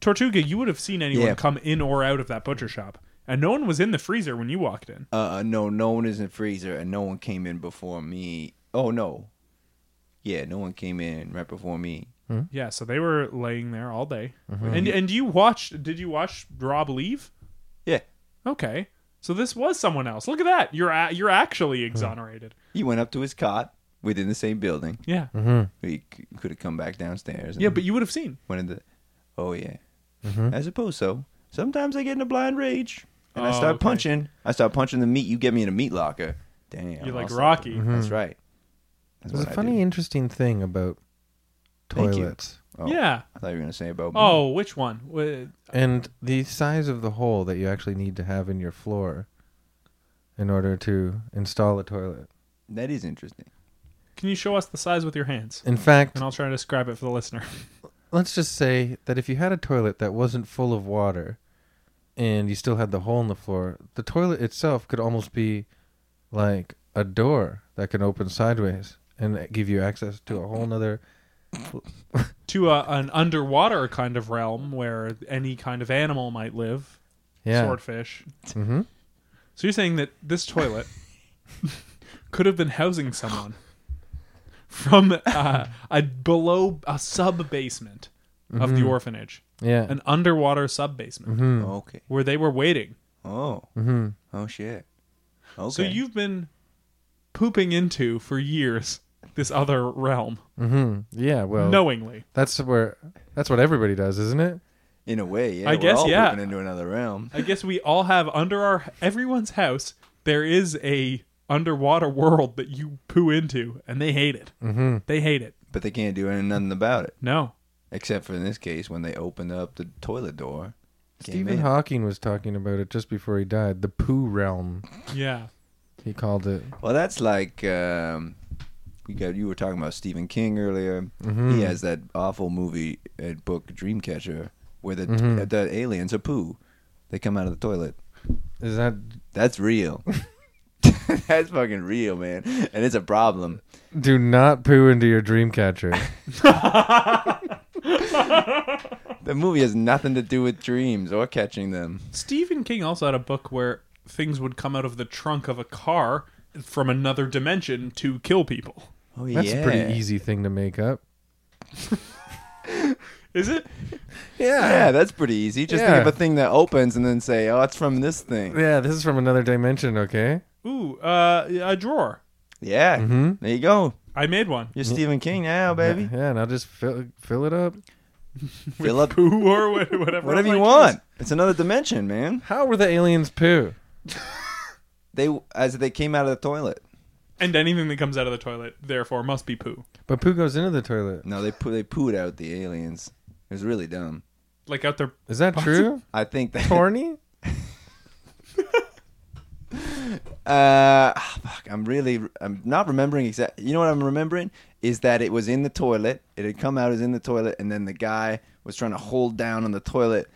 Speaker 1: tortuga you would have seen anyone
Speaker 2: Yeah.
Speaker 1: come in or out of that butcher shop and no one was in the freezer when you walked in
Speaker 2: Uh, no, no one is in the freezer, and no one came in before me. Oh no. Yeah, no one came in right before me.
Speaker 1: Yeah, so they were laying there all day.
Speaker 2: Mm-hmm.
Speaker 1: And and you watched did you watch Rob leave?
Speaker 2: Yeah,
Speaker 1: Okay. So this was someone else. Look at that. You're a- you're actually
Speaker 2: Mm-hmm.
Speaker 1: exonerated.
Speaker 2: he went up to his cot within the same building.
Speaker 1: Yeah.
Speaker 3: Mm-hmm,
Speaker 2: He c- could have come back downstairs. and-
Speaker 1: Yeah, but you would have seen.
Speaker 2: When the, oh yeah, I suppose so. Sometimes I get in a blind rage and I
Speaker 1: Oh,
Speaker 2: start
Speaker 1: okay.
Speaker 2: punching. I start punching the meat. You get me in a meat locker. Damn,
Speaker 1: You're like
Speaker 2: I'll
Speaker 1: Rocky.
Speaker 2: stop.
Speaker 3: mm-hmm.
Speaker 2: That's right. That's
Speaker 3: There's a
Speaker 2: what I
Speaker 3: funny,
Speaker 2: do.
Speaker 3: interesting thing about
Speaker 2: Thank you.
Speaker 3: toilets
Speaker 2: Oh,
Speaker 1: Yeah.
Speaker 2: I thought you were gonna say about. me.
Speaker 1: Oh, which one? Wh-
Speaker 3: and the size of the hole that you actually need to have in your floor in order to install a toilet.
Speaker 2: that is interesting.
Speaker 1: Can you show us the size with your hands?
Speaker 3: In fact,
Speaker 1: And I'll try to describe it for the listener. <laughs>
Speaker 3: let's just say that if you had a toilet that wasn't full of water and you still had the hole in the floor, the toilet itself could almost be like a door that can open sideways and give you access to a whole nother
Speaker 1: to a, an underwater kind of realm where any kind of animal might live.
Speaker 3: yeah
Speaker 1: Swordfish.
Speaker 3: hmm
Speaker 1: So you're saying that this toilet could have been housing someone from uh, a below a sub basement of the orphanage,
Speaker 3: Yeah.
Speaker 1: an underwater sub basement
Speaker 2: Mm-hmm. Okay.
Speaker 1: where they were waiting.
Speaker 2: Oh.
Speaker 3: mm-hmm,
Speaker 2: Oh shit. Okay.
Speaker 1: So you've been pooping into for years this other realm
Speaker 3: hmm Yeah. Well,
Speaker 1: knowingly.
Speaker 3: that's where that's what everybody does, isn't it?
Speaker 2: in a way, yeah.
Speaker 1: I
Speaker 2: we're
Speaker 1: guess,
Speaker 2: all
Speaker 1: yeah.
Speaker 2: moving into another realm.
Speaker 1: I guess we all have under our everyone's house there is a underwater world that you poo into and they hate it. Mm-hmm. They hate it.
Speaker 2: But they can't do any- nothing about it.
Speaker 1: No.
Speaker 2: Except for in this case when they opened up the toilet door. came
Speaker 3: Stephen
Speaker 2: in.
Speaker 3: Hawking was talking about it just before he died. The poo realm,
Speaker 1: Yeah.
Speaker 3: he called it.
Speaker 2: Well, that's like um, you got. You were talking about Stephen King earlier.
Speaker 3: Mm-hmm.
Speaker 2: He has that awful movie uh, book Dreamcatcher, where the
Speaker 3: Mm-hmm.
Speaker 2: uh, the aliens are poo. They come out of the toilet.
Speaker 3: Is that
Speaker 2: That's
Speaker 3: <laughs>
Speaker 2: real. <laughs> that's fucking real, man. And it's a problem.
Speaker 3: do not poo into your dream <laughs> catcher?
Speaker 2: The movie has nothing to do with dreams or catching them.
Speaker 1: Stephen King also had a book where things would come out of the trunk of a car from another dimension to kill people.
Speaker 2: Oh
Speaker 3: That's a pretty easy thing to make up.
Speaker 1: Is it?
Speaker 2: Yeah. that's pretty easy. Just
Speaker 3: Yeah.
Speaker 2: think of a thing that opens and then say, "Oh, it's from this
Speaker 3: <laughs>
Speaker 2: thing."
Speaker 3: Yeah, this is from another dimension. Okay.
Speaker 1: Ooh, uh, a drawer.
Speaker 2: Yeah. There you go.
Speaker 1: I made one. <laughs>
Speaker 2: You're Stephen King now, baby.
Speaker 3: Mm-hmm. <laughs> Yeah, and I'll just fill fill it up.
Speaker 2: Fill up
Speaker 1: Poo or
Speaker 2: <laughs>
Speaker 1: wha- <laughs> whatever.
Speaker 2: whatever you
Speaker 1: Like,
Speaker 2: want. It's another dimension, man.
Speaker 3: How were the aliens poo?
Speaker 2: They as they came out of the toilet.
Speaker 1: And anything that comes out of the toilet, therefore, must be poo.
Speaker 3: But poo goes into the toilet.
Speaker 2: No, they poo- they pooed out the aliens. It was really dumb.
Speaker 1: Like out there.
Speaker 3: Is that <laughs> true?
Speaker 2: I think that.
Speaker 3: Horny?
Speaker 2: Uh, ah, fuck, I'm really I'm not remembering exact. You know what I'm remembering is that it was in the toilet. It had come out as in the toilet, and then the guy was trying to hold down on the toilet,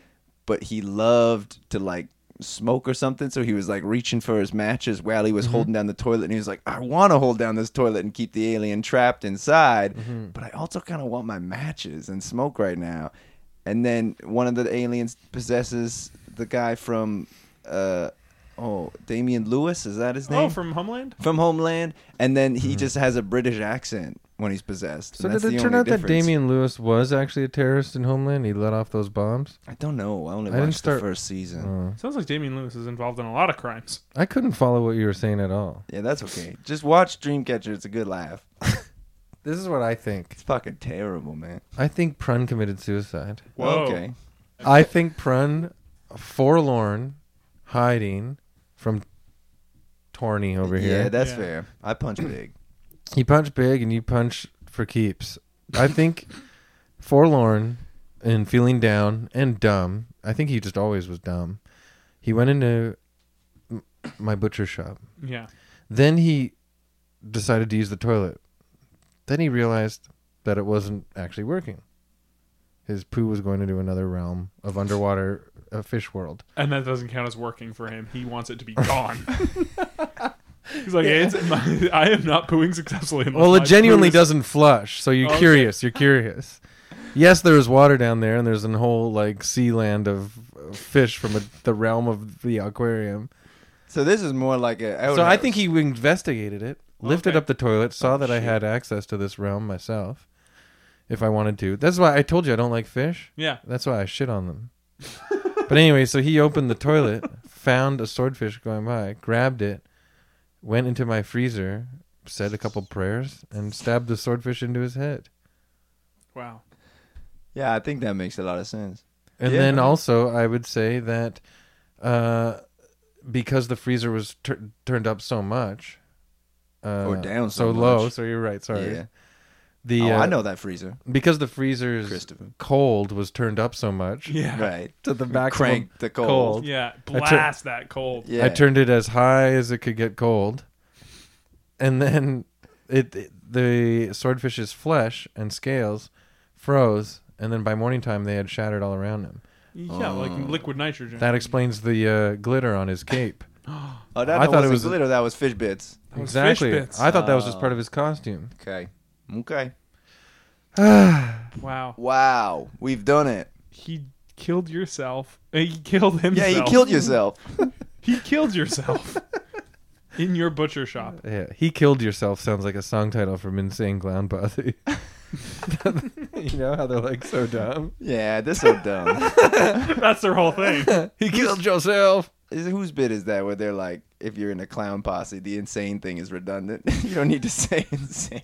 Speaker 2: but he loved to like smoke or something, so he was like reaching for his matches while he was holding down the toilet, and he was like, "I want to hold down this toilet and keep the alien trapped inside, but I also kind of want my matches and smoke right now." And then one of the aliens possesses the guy from. Uh, Oh, Damian Lewis, is that his name?
Speaker 1: Oh, from Homeland?
Speaker 2: from Homeland, and then
Speaker 3: Hmm.
Speaker 2: he just has a British accent when he's possessed.
Speaker 3: So
Speaker 2: and that's
Speaker 3: did it
Speaker 2: the
Speaker 3: turn
Speaker 2: only
Speaker 3: out that
Speaker 2: difference.
Speaker 3: Damian Lewis was actually a terrorist in Homeland? He let off those bombs.
Speaker 2: I don't know. I only
Speaker 3: I didn't
Speaker 2: watched
Speaker 3: start- Oh.
Speaker 2: the first season.
Speaker 1: Sounds like Damien Lewis is involved in a lot of crimes.
Speaker 3: I couldn't follow what you were saying at all.
Speaker 2: Yeah, that's okay. Just watch Dreamcatcher. It's a good laugh. <laughs>
Speaker 3: This is what I think.
Speaker 2: It's fucking terrible, man.
Speaker 3: I think Prun committed suicide.
Speaker 1: Whoa.
Speaker 2: Okay.
Speaker 3: I think Prun, forlorn, hiding from Torney over here.
Speaker 2: Yeah, that's
Speaker 1: Yeah.
Speaker 2: fair. I punch big.
Speaker 3: He punched big and you punch for keeps. I think forlorn and feeling down and dumb. I think he just always was dumb. He went into m- my butcher shop.
Speaker 1: Yeah.
Speaker 3: Then he decided to use the toilet. Then he realized that it wasn't actually working. His poo was going into another realm of underwater uh, fish world.
Speaker 1: And that doesn't count as working for him. He wants it to be
Speaker 2: <laughs>
Speaker 1: gone. He's like, "Hey, it's my, I am not pooing successfully. unless
Speaker 3: Well,
Speaker 1: my
Speaker 3: it
Speaker 1: poo
Speaker 3: genuinely
Speaker 1: is-
Speaker 3: doesn't flush, so you're
Speaker 1: Okay.
Speaker 3: curious. You're curious. Yes, there is water down there, and there's a whole like sea land of uh, fish from a, the realm of the aquarium.
Speaker 2: So this is more like a.
Speaker 3: so I
Speaker 2: outhouse.
Speaker 3: think he investigated it, lifted
Speaker 1: Okay. Oh,
Speaker 3: up the toilet, saw that I
Speaker 2: shit.
Speaker 3: had access to this realm myself, if I wanted to. That's why I told you I don't like fish.
Speaker 1: Yeah.
Speaker 3: That's why I shit on them. but anyway, so he opened the toilet, found a swordfish going by, grabbed it, went into my freezer, said a couple prayers, and stabbed the swordfish into his head.
Speaker 1: Wow.
Speaker 2: Yeah, I think that makes a lot of sense.
Speaker 3: And
Speaker 2: Yeah.
Speaker 3: then also, I would say that uh, because the freezer was tur- turned up so much, uh,
Speaker 2: Or down so
Speaker 3: low.
Speaker 2: much.
Speaker 3: So you're right. Sorry.
Speaker 2: Yeah.
Speaker 3: The
Speaker 2: oh,
Speaker 3: uh,
Speaker 2: I know that
Speaker 3: <laughs>
Speaker 2: freezer,
Speaker 3: because the freezer's
Speaker 2: Christopher.
Speaker 3: cold was turned up
Speaker 2: <laughs>
Speaker 3: so much
Speaker 1: Yeah.
Speaker 2: Right.
Speaker 3: to the back
Speaker 2: Crank the cold.
Speaker 3: cold.
Speaker 1: Yeah. Blast that cold.
Speaker 2: Yeah.
Speaker 3: I turned it as high as it could get cold, and then it, it- the swordfish's flesh and scales froze, and then by morning time they had shattered all around him.
Speaker 1: Yeah, like liquid nitrogen.
Speaker 3: That explains the uh, glitter on his cape.
Speaker 2: Oh, that
Speaker 3: I
Speaker 2: I
Speaker 3: thought it
Speaker 2: thought
Speaker 3: was
Speaker 2: was
Speaker 3: a-
Speaker 2: glitter. That was fish bits.
Speaker 1: That was fish
Speaker 3: exactly.
Speaker 1: bits.
Speaker 3: I thought that was just
Speaker 2: Oh.
Speaker 3: part of his costume.
Speaker 2: Okay. Okay.
Speaker 1: wow.
Speaker 2: Wow, we've done it.
Speaker 1: He killed yourself. He killed himself.
Speaker 2: Yeah, you killed yourself. <laughs>
Speaker 1: He killed yourself in your butcher shop.
Speaker 3: Yeah, he killed yourself sounds like a song title from Insane
Speaker 2: <laughs>
Speaker 3: Clown Posse. you know how they're like so dumb.
Speaker 2: Yeah, this so
Speaker 3: <laughs>
Speaker 2: dumb.
Speaker 1: That's their whole thing.
Speaker 3: He killed yourself.
Speaker 2: Is- Whose bit is that where they're like, if you're in a clown posse, the insane thing is redundant. <laughs> you don't need to say <laughs> insane.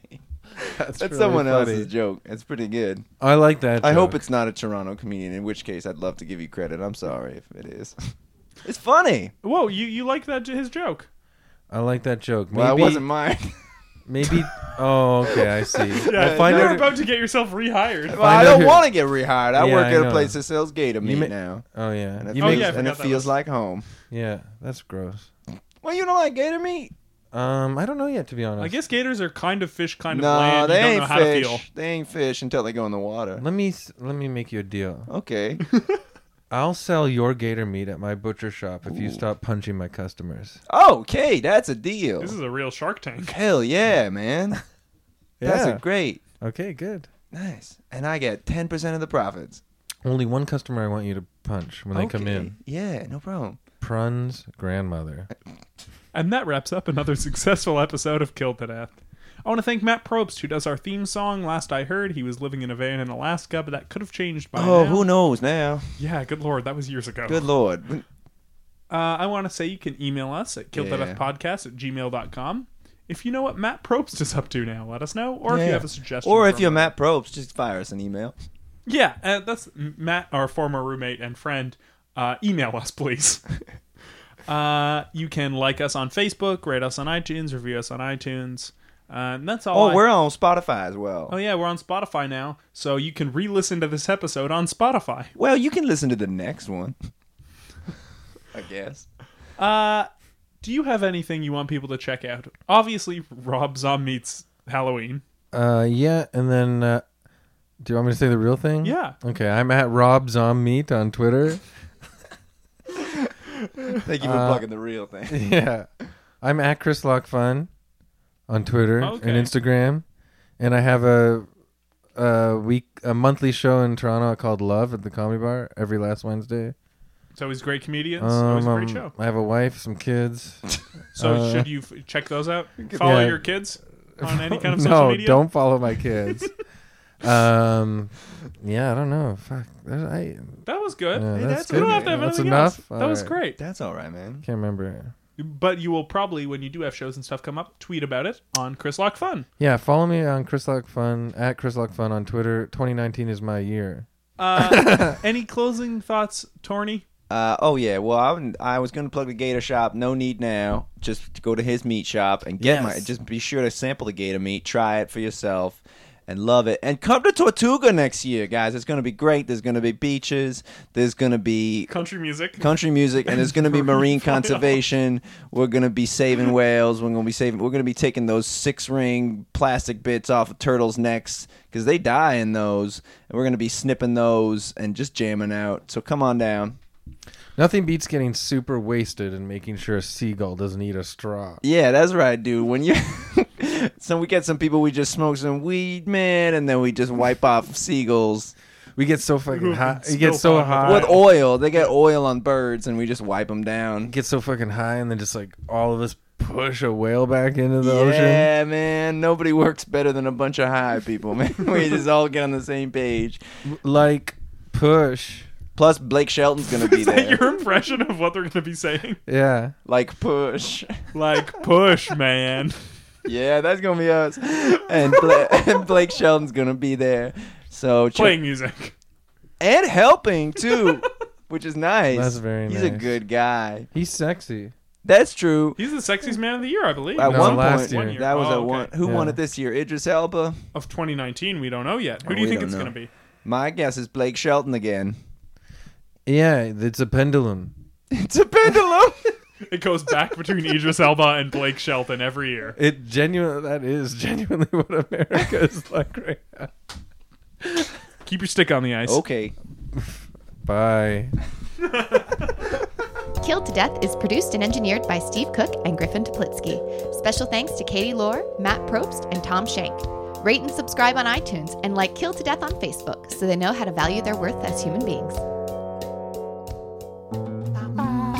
Speaker 3: That's,
Speaker 2: That's
Speaker 3: really
Speaker 2: someone
Speaker 3: funny.
Speaker 2: else's joke. It's pretty good.
Speaker 3: I like that.
Speaker 2: I hope
Speaker 3: joke.
Speaker 2: it's not a Toronto comedian, in which case I'd love to give you credit. I'm sorry if it is. <laughs> It's funny.
Speaker 1: Whoa, you you like that j- his joke?
Speaker 3: I like that joke. Maybe,
Speaker 2: Well, it wasn't mine.
Speaker 3: Maybe. Oh, okay.
Speaker 1: <laughs>
Speaker 3: I see.
Speaker 1: Yeah,
Speaker 3: Well, find
Speaker 1: you're
Speaker 3: out-
Speaker 1: about to get yourself rehired.
Speaker 2: <laughs> <laughs> well, I
Speaker 3: out
Speaker 2: don't
Speaker 3: who-
Speaker 2: want to get rehired. I
Speaker 3: Yeah,
Speaker 2: work
Speaker 3: I
Speaker 2: at a
Speaker 3: know.
Speaker 2: place that sells gator meat
Speaker 3: ma-
Speaker 2: now,
Speaker 3: Oh yeah.
Speaker 2: and it
Speaker 3: You
Speaker 1: Oh,
Speaker 2: feels,
Speaker 3: make-
Speaker 1: yeah, I
Speaker 2: and it
Speaker 1: forgot that
Speaker 2: feels
Speaker 1: was-
Speaker 2: like home.
Speaker 3: yeah, That's gross.
Speaker 2: Well, you don't like gator meat?
Speaker 3: Um, I don't know yet to be honest.
Speaker 1: I guess gators are kind of fish, kind of
Speaker 2: No,
Speaker 1: land. You
Speaker 2: they
Speaker 1: don't
Speaker 2: ain't
Speaker 1: know how to feel.
Speaker 2: fish. They ain't fish until they go in
Speaker 1: <laughs>
Speaker 2: the water.
Speaker 3: Let me s- let me make you a deal.
Speaker 2: Okay.
Speaker 3: I'll sell your gator meat at my butcher shop if you stop punching my customers.
Speaker 2: Oh, okay, that's a deal.
Speaker 1: This is a real Shark Tank.
Speaker 2: Hell yeah,
Speaker 1: <laughs>
Speaker 2: man. That's a great.
Speaker 3: okay. Good.
Speaker 2: Nice. And I get 10% of the profits.
Speaker 3: Only one customer I want you to punch when they come
Speaker 2: Okay.
Speaker 3: in.
Speaker 2: Yeah, no problem.
Speaker 3: Prun's grandmother.
Speaker 1: And that wraps up another <laughs> successful episode of Killed to Death. I want to thank Matt Probst, who does our theme song. Last I heard, he was living in a van in Alaska, but that could have changed by
Speaker 2: Oh,
Speaker 1: now.
Speaker 2: who knows now?
Speaker 1: Yeah, good lord, that was years ago.
Speaker 2: Good lord.
Speaker 1: Uh, I want to say you can email us at
Speaker 2: Yeah.
Speaker 1: killedtodeathpodcast at gmail.com. If you know what Matt Probst is up to now, let us know. Or if you
Speaker 2: Yeah.
Speaker 1: have a suggestion.
Speaker 2: Or
Speaker 1: for
Speaker 2: if
Speaker 1: him.
Speaker 2: you're Matt Probst, just fire us an email.
Speaker 1: Yeah, uh, that's Matt, our former roommate and friend. Uh, email us,
Speaker 2: <laughs>
Speaker 1: please. uh, you can like us on Facebook, rate us on iTunes, review us on iTunes. Uh, and that's all.
Speaker 2: Oh,
Speaker 1: I-
Speaker 2: we're on Spotify as well.
Speaker 1: oh, yeah, we're on Spotify now. So you can re listen to this episode on Spotify.
Speaker 2: Well, you can listen to the next one. <laughs> I guess.
Speaker 1: Uh, do you have anything you want people to check out? Obviously, Rob Zombie's Halloween.
Speaker 3: Uh, yeah, and then uh, do you want me to say the real thing?
Speaker 1: Yeah.
Speaker 3: Okay, I'm at Rob Zommeat on Twitter.
Speaker 2: Thank you
Speaker 3: Uh,
Speaker 2: for plugging the real thing.
Speaker 3: <laughs> yeah, I'm at Chris Lock Fun on Twitter
Speaker 1: Okay.
Speaker 3: and Instagram, and I have a a week a monthly show in Toronto called Love at the Comedy Bar every last Wednesday.
Speaker 1: It's always great comedians. always a
Speaker 3: Um,
Speaker 1: great
Speaker 3: um,
Speaker 1: show.
Speaker 3: I have a wife, some kids.
Speaker 1: So
Speaker 3: uh,
Speaker 1: should you f- check those out? Follow
Speaker 3: <laughs> Yeah.
Speaker 1: your kids on <laughs> any kind of
Speaker 3: <laughs> no,
Speaker 1: social media?
Speaker 3: don't follow
Speaker 1: <laughs>
Speaker 3: my kids. um, yeah, I don't know. Fuck, There's- I
Speaker 1: That was good.
Speaker 3: Yeah,
Speaker 2: Hey,
Speaker 3: that's
Speaker 2: that's
Speaker 1: we
Speaker 3: good.
Speaker 1: don't have to have
Speaker 3: That's
Speaker 1: anything
Speaker 3: enough.
Speaker 1: else.
Speaker 3: All
Speaker 1: that was
Speaker 3: right.
Speaker 1: great.
Speaker 2: That's all right, man.
Speaker 3: Can't remember.
Speaker 1: But you will probably, when you do have shows and stuff come up, tweet about it on Chris Lock Fun.
Speaker 3: Yeah, follow me on Chris Lock Fun at Chris Lock Fun on Twitter. 2019 is my year. <laughs>
Speaker 1: Uh, any closing thoughts, Torny?
Speaker 2: Uh, oh yeah. Well, I, wouldn't- I was going to plug the Gator Shop. No need now. Just go to his meat shop and get my.
Speaker 3: Yes.
Speaker 2: Just be sure to sample the Gator meat. Try it for yourself. And love it. And come to Tortuga next year, guys. It's going to be great. There's going to be beaches. There's going to be
Speaker 1: Country
Speaker 3: <laughs>
Speaker 1: music.
Speaker 2: country music, and there's going to be marine
Speaker 1: Marine flora.
Speaker 2: conservation. We're going to be saving whales. We're going to be saving. We're going to be taking those six ring plastic bits off of turtles' necks because they die in those, and we're going to be snipping those and just jamming out. So come on down.
Speaker 3: Nothing beats getting super wasted and making sure a seagull doesn't eat a straw.
Speaker 2: Yeah, that's right, dude. When you <laughs> so we get some people, we just smoke some weed, man, and then we just wipe off seagulls
Speaker 3: We get so fucking
Speaker 1: Ooh,
Speaker 3: hot.
Speaker 1: spill
Speaker 3: We get so
Speaker 1: fire.
Speaker 3: hot.
Speaker 2: with oil. They get oil on birds, and we just wipe them down.
Speaker 3: Get so fucking high and then just like all of us push a whale back into the ocean.
Speaker 2: Yeah, man. Nobody works better than a bunch of high people, <laughs> man. we
Speaker 3: <laughs>
Speaker 2: just all get on the same page.
Speaker 3: Like push.
Speaker 2: Plus, Blake Shelton's gonna
Speaker 3: <laughs>
Speaker 2: be
Speaker 1: Is that
Speaker 2: there.
Speaker 1: your impression of what they're going to be saying?
Speaker 3: Yeah.
Speaker 2: Like push.
Speaker 1: <laughs> Like, push, man.
Speaker 2: Yeah, that's gonna be us. And, Bla- <laughs> and Blake Shelton's gonna be there. So check-
Speaker 1: Playing music.
Speaker 2: and helping too, which is nice.
Speaker 3: That's very
Speaker 2: He's a
Speaker 3: nice.
Speaker 2: good guy.
Speaker 3: He's sexy.
Speaker 2: That's true.
Speaker 1: <laughs> He's the sexiest man of the year, I believe.
Speaker 2: At
Speaker 3: No,
Speaker 2: one
Speaker 3: last
Speaker 2: point,
Speaker 3: year. One
Speaker 1: year.
Speaker 2: that was
Speaker 1: Oh,
Speaker 2: at
Speaker 1: okay.
Speaker 2: one. Who
Speaker 3: Yeah.
Speaker 2: won it this year? Idris Elba.
Speaker 1: Of 2019, we don't know yet. Who
Speaker 2: Oh,
Speaker 1: do you
Speaker 2: we
Speaker 1: think
Speaker 2: don't
Speaker 1: it's
Speaker 2: know.
Speaker 1: going to be?
Speaker 2: My guess is Blake Shelton again. <laughs>
Speaker 3: Yeah, it's a pendulum.
Speaker 2: It's a pendulum.
Speaker 1: It goes back between Idris Elba and Blake Shelton every year.
Speaker 3: It genuine that is <laughs> genuinely what America is like right now.
Speaker 1: Keep your stick on the ice.
Speaker 2: <laughs> okay.
Speaker 3: Bye.
Speaker 4: Killed to Death is produced and engineered by Steve Cook and Griffin Toplitsky. Special thanks to Katie Lohr, Matt Probst, and Tom Shank. Rate and subscribe on iTunes and like Killed to Death on Facebook so they know how to value their worth as human beings.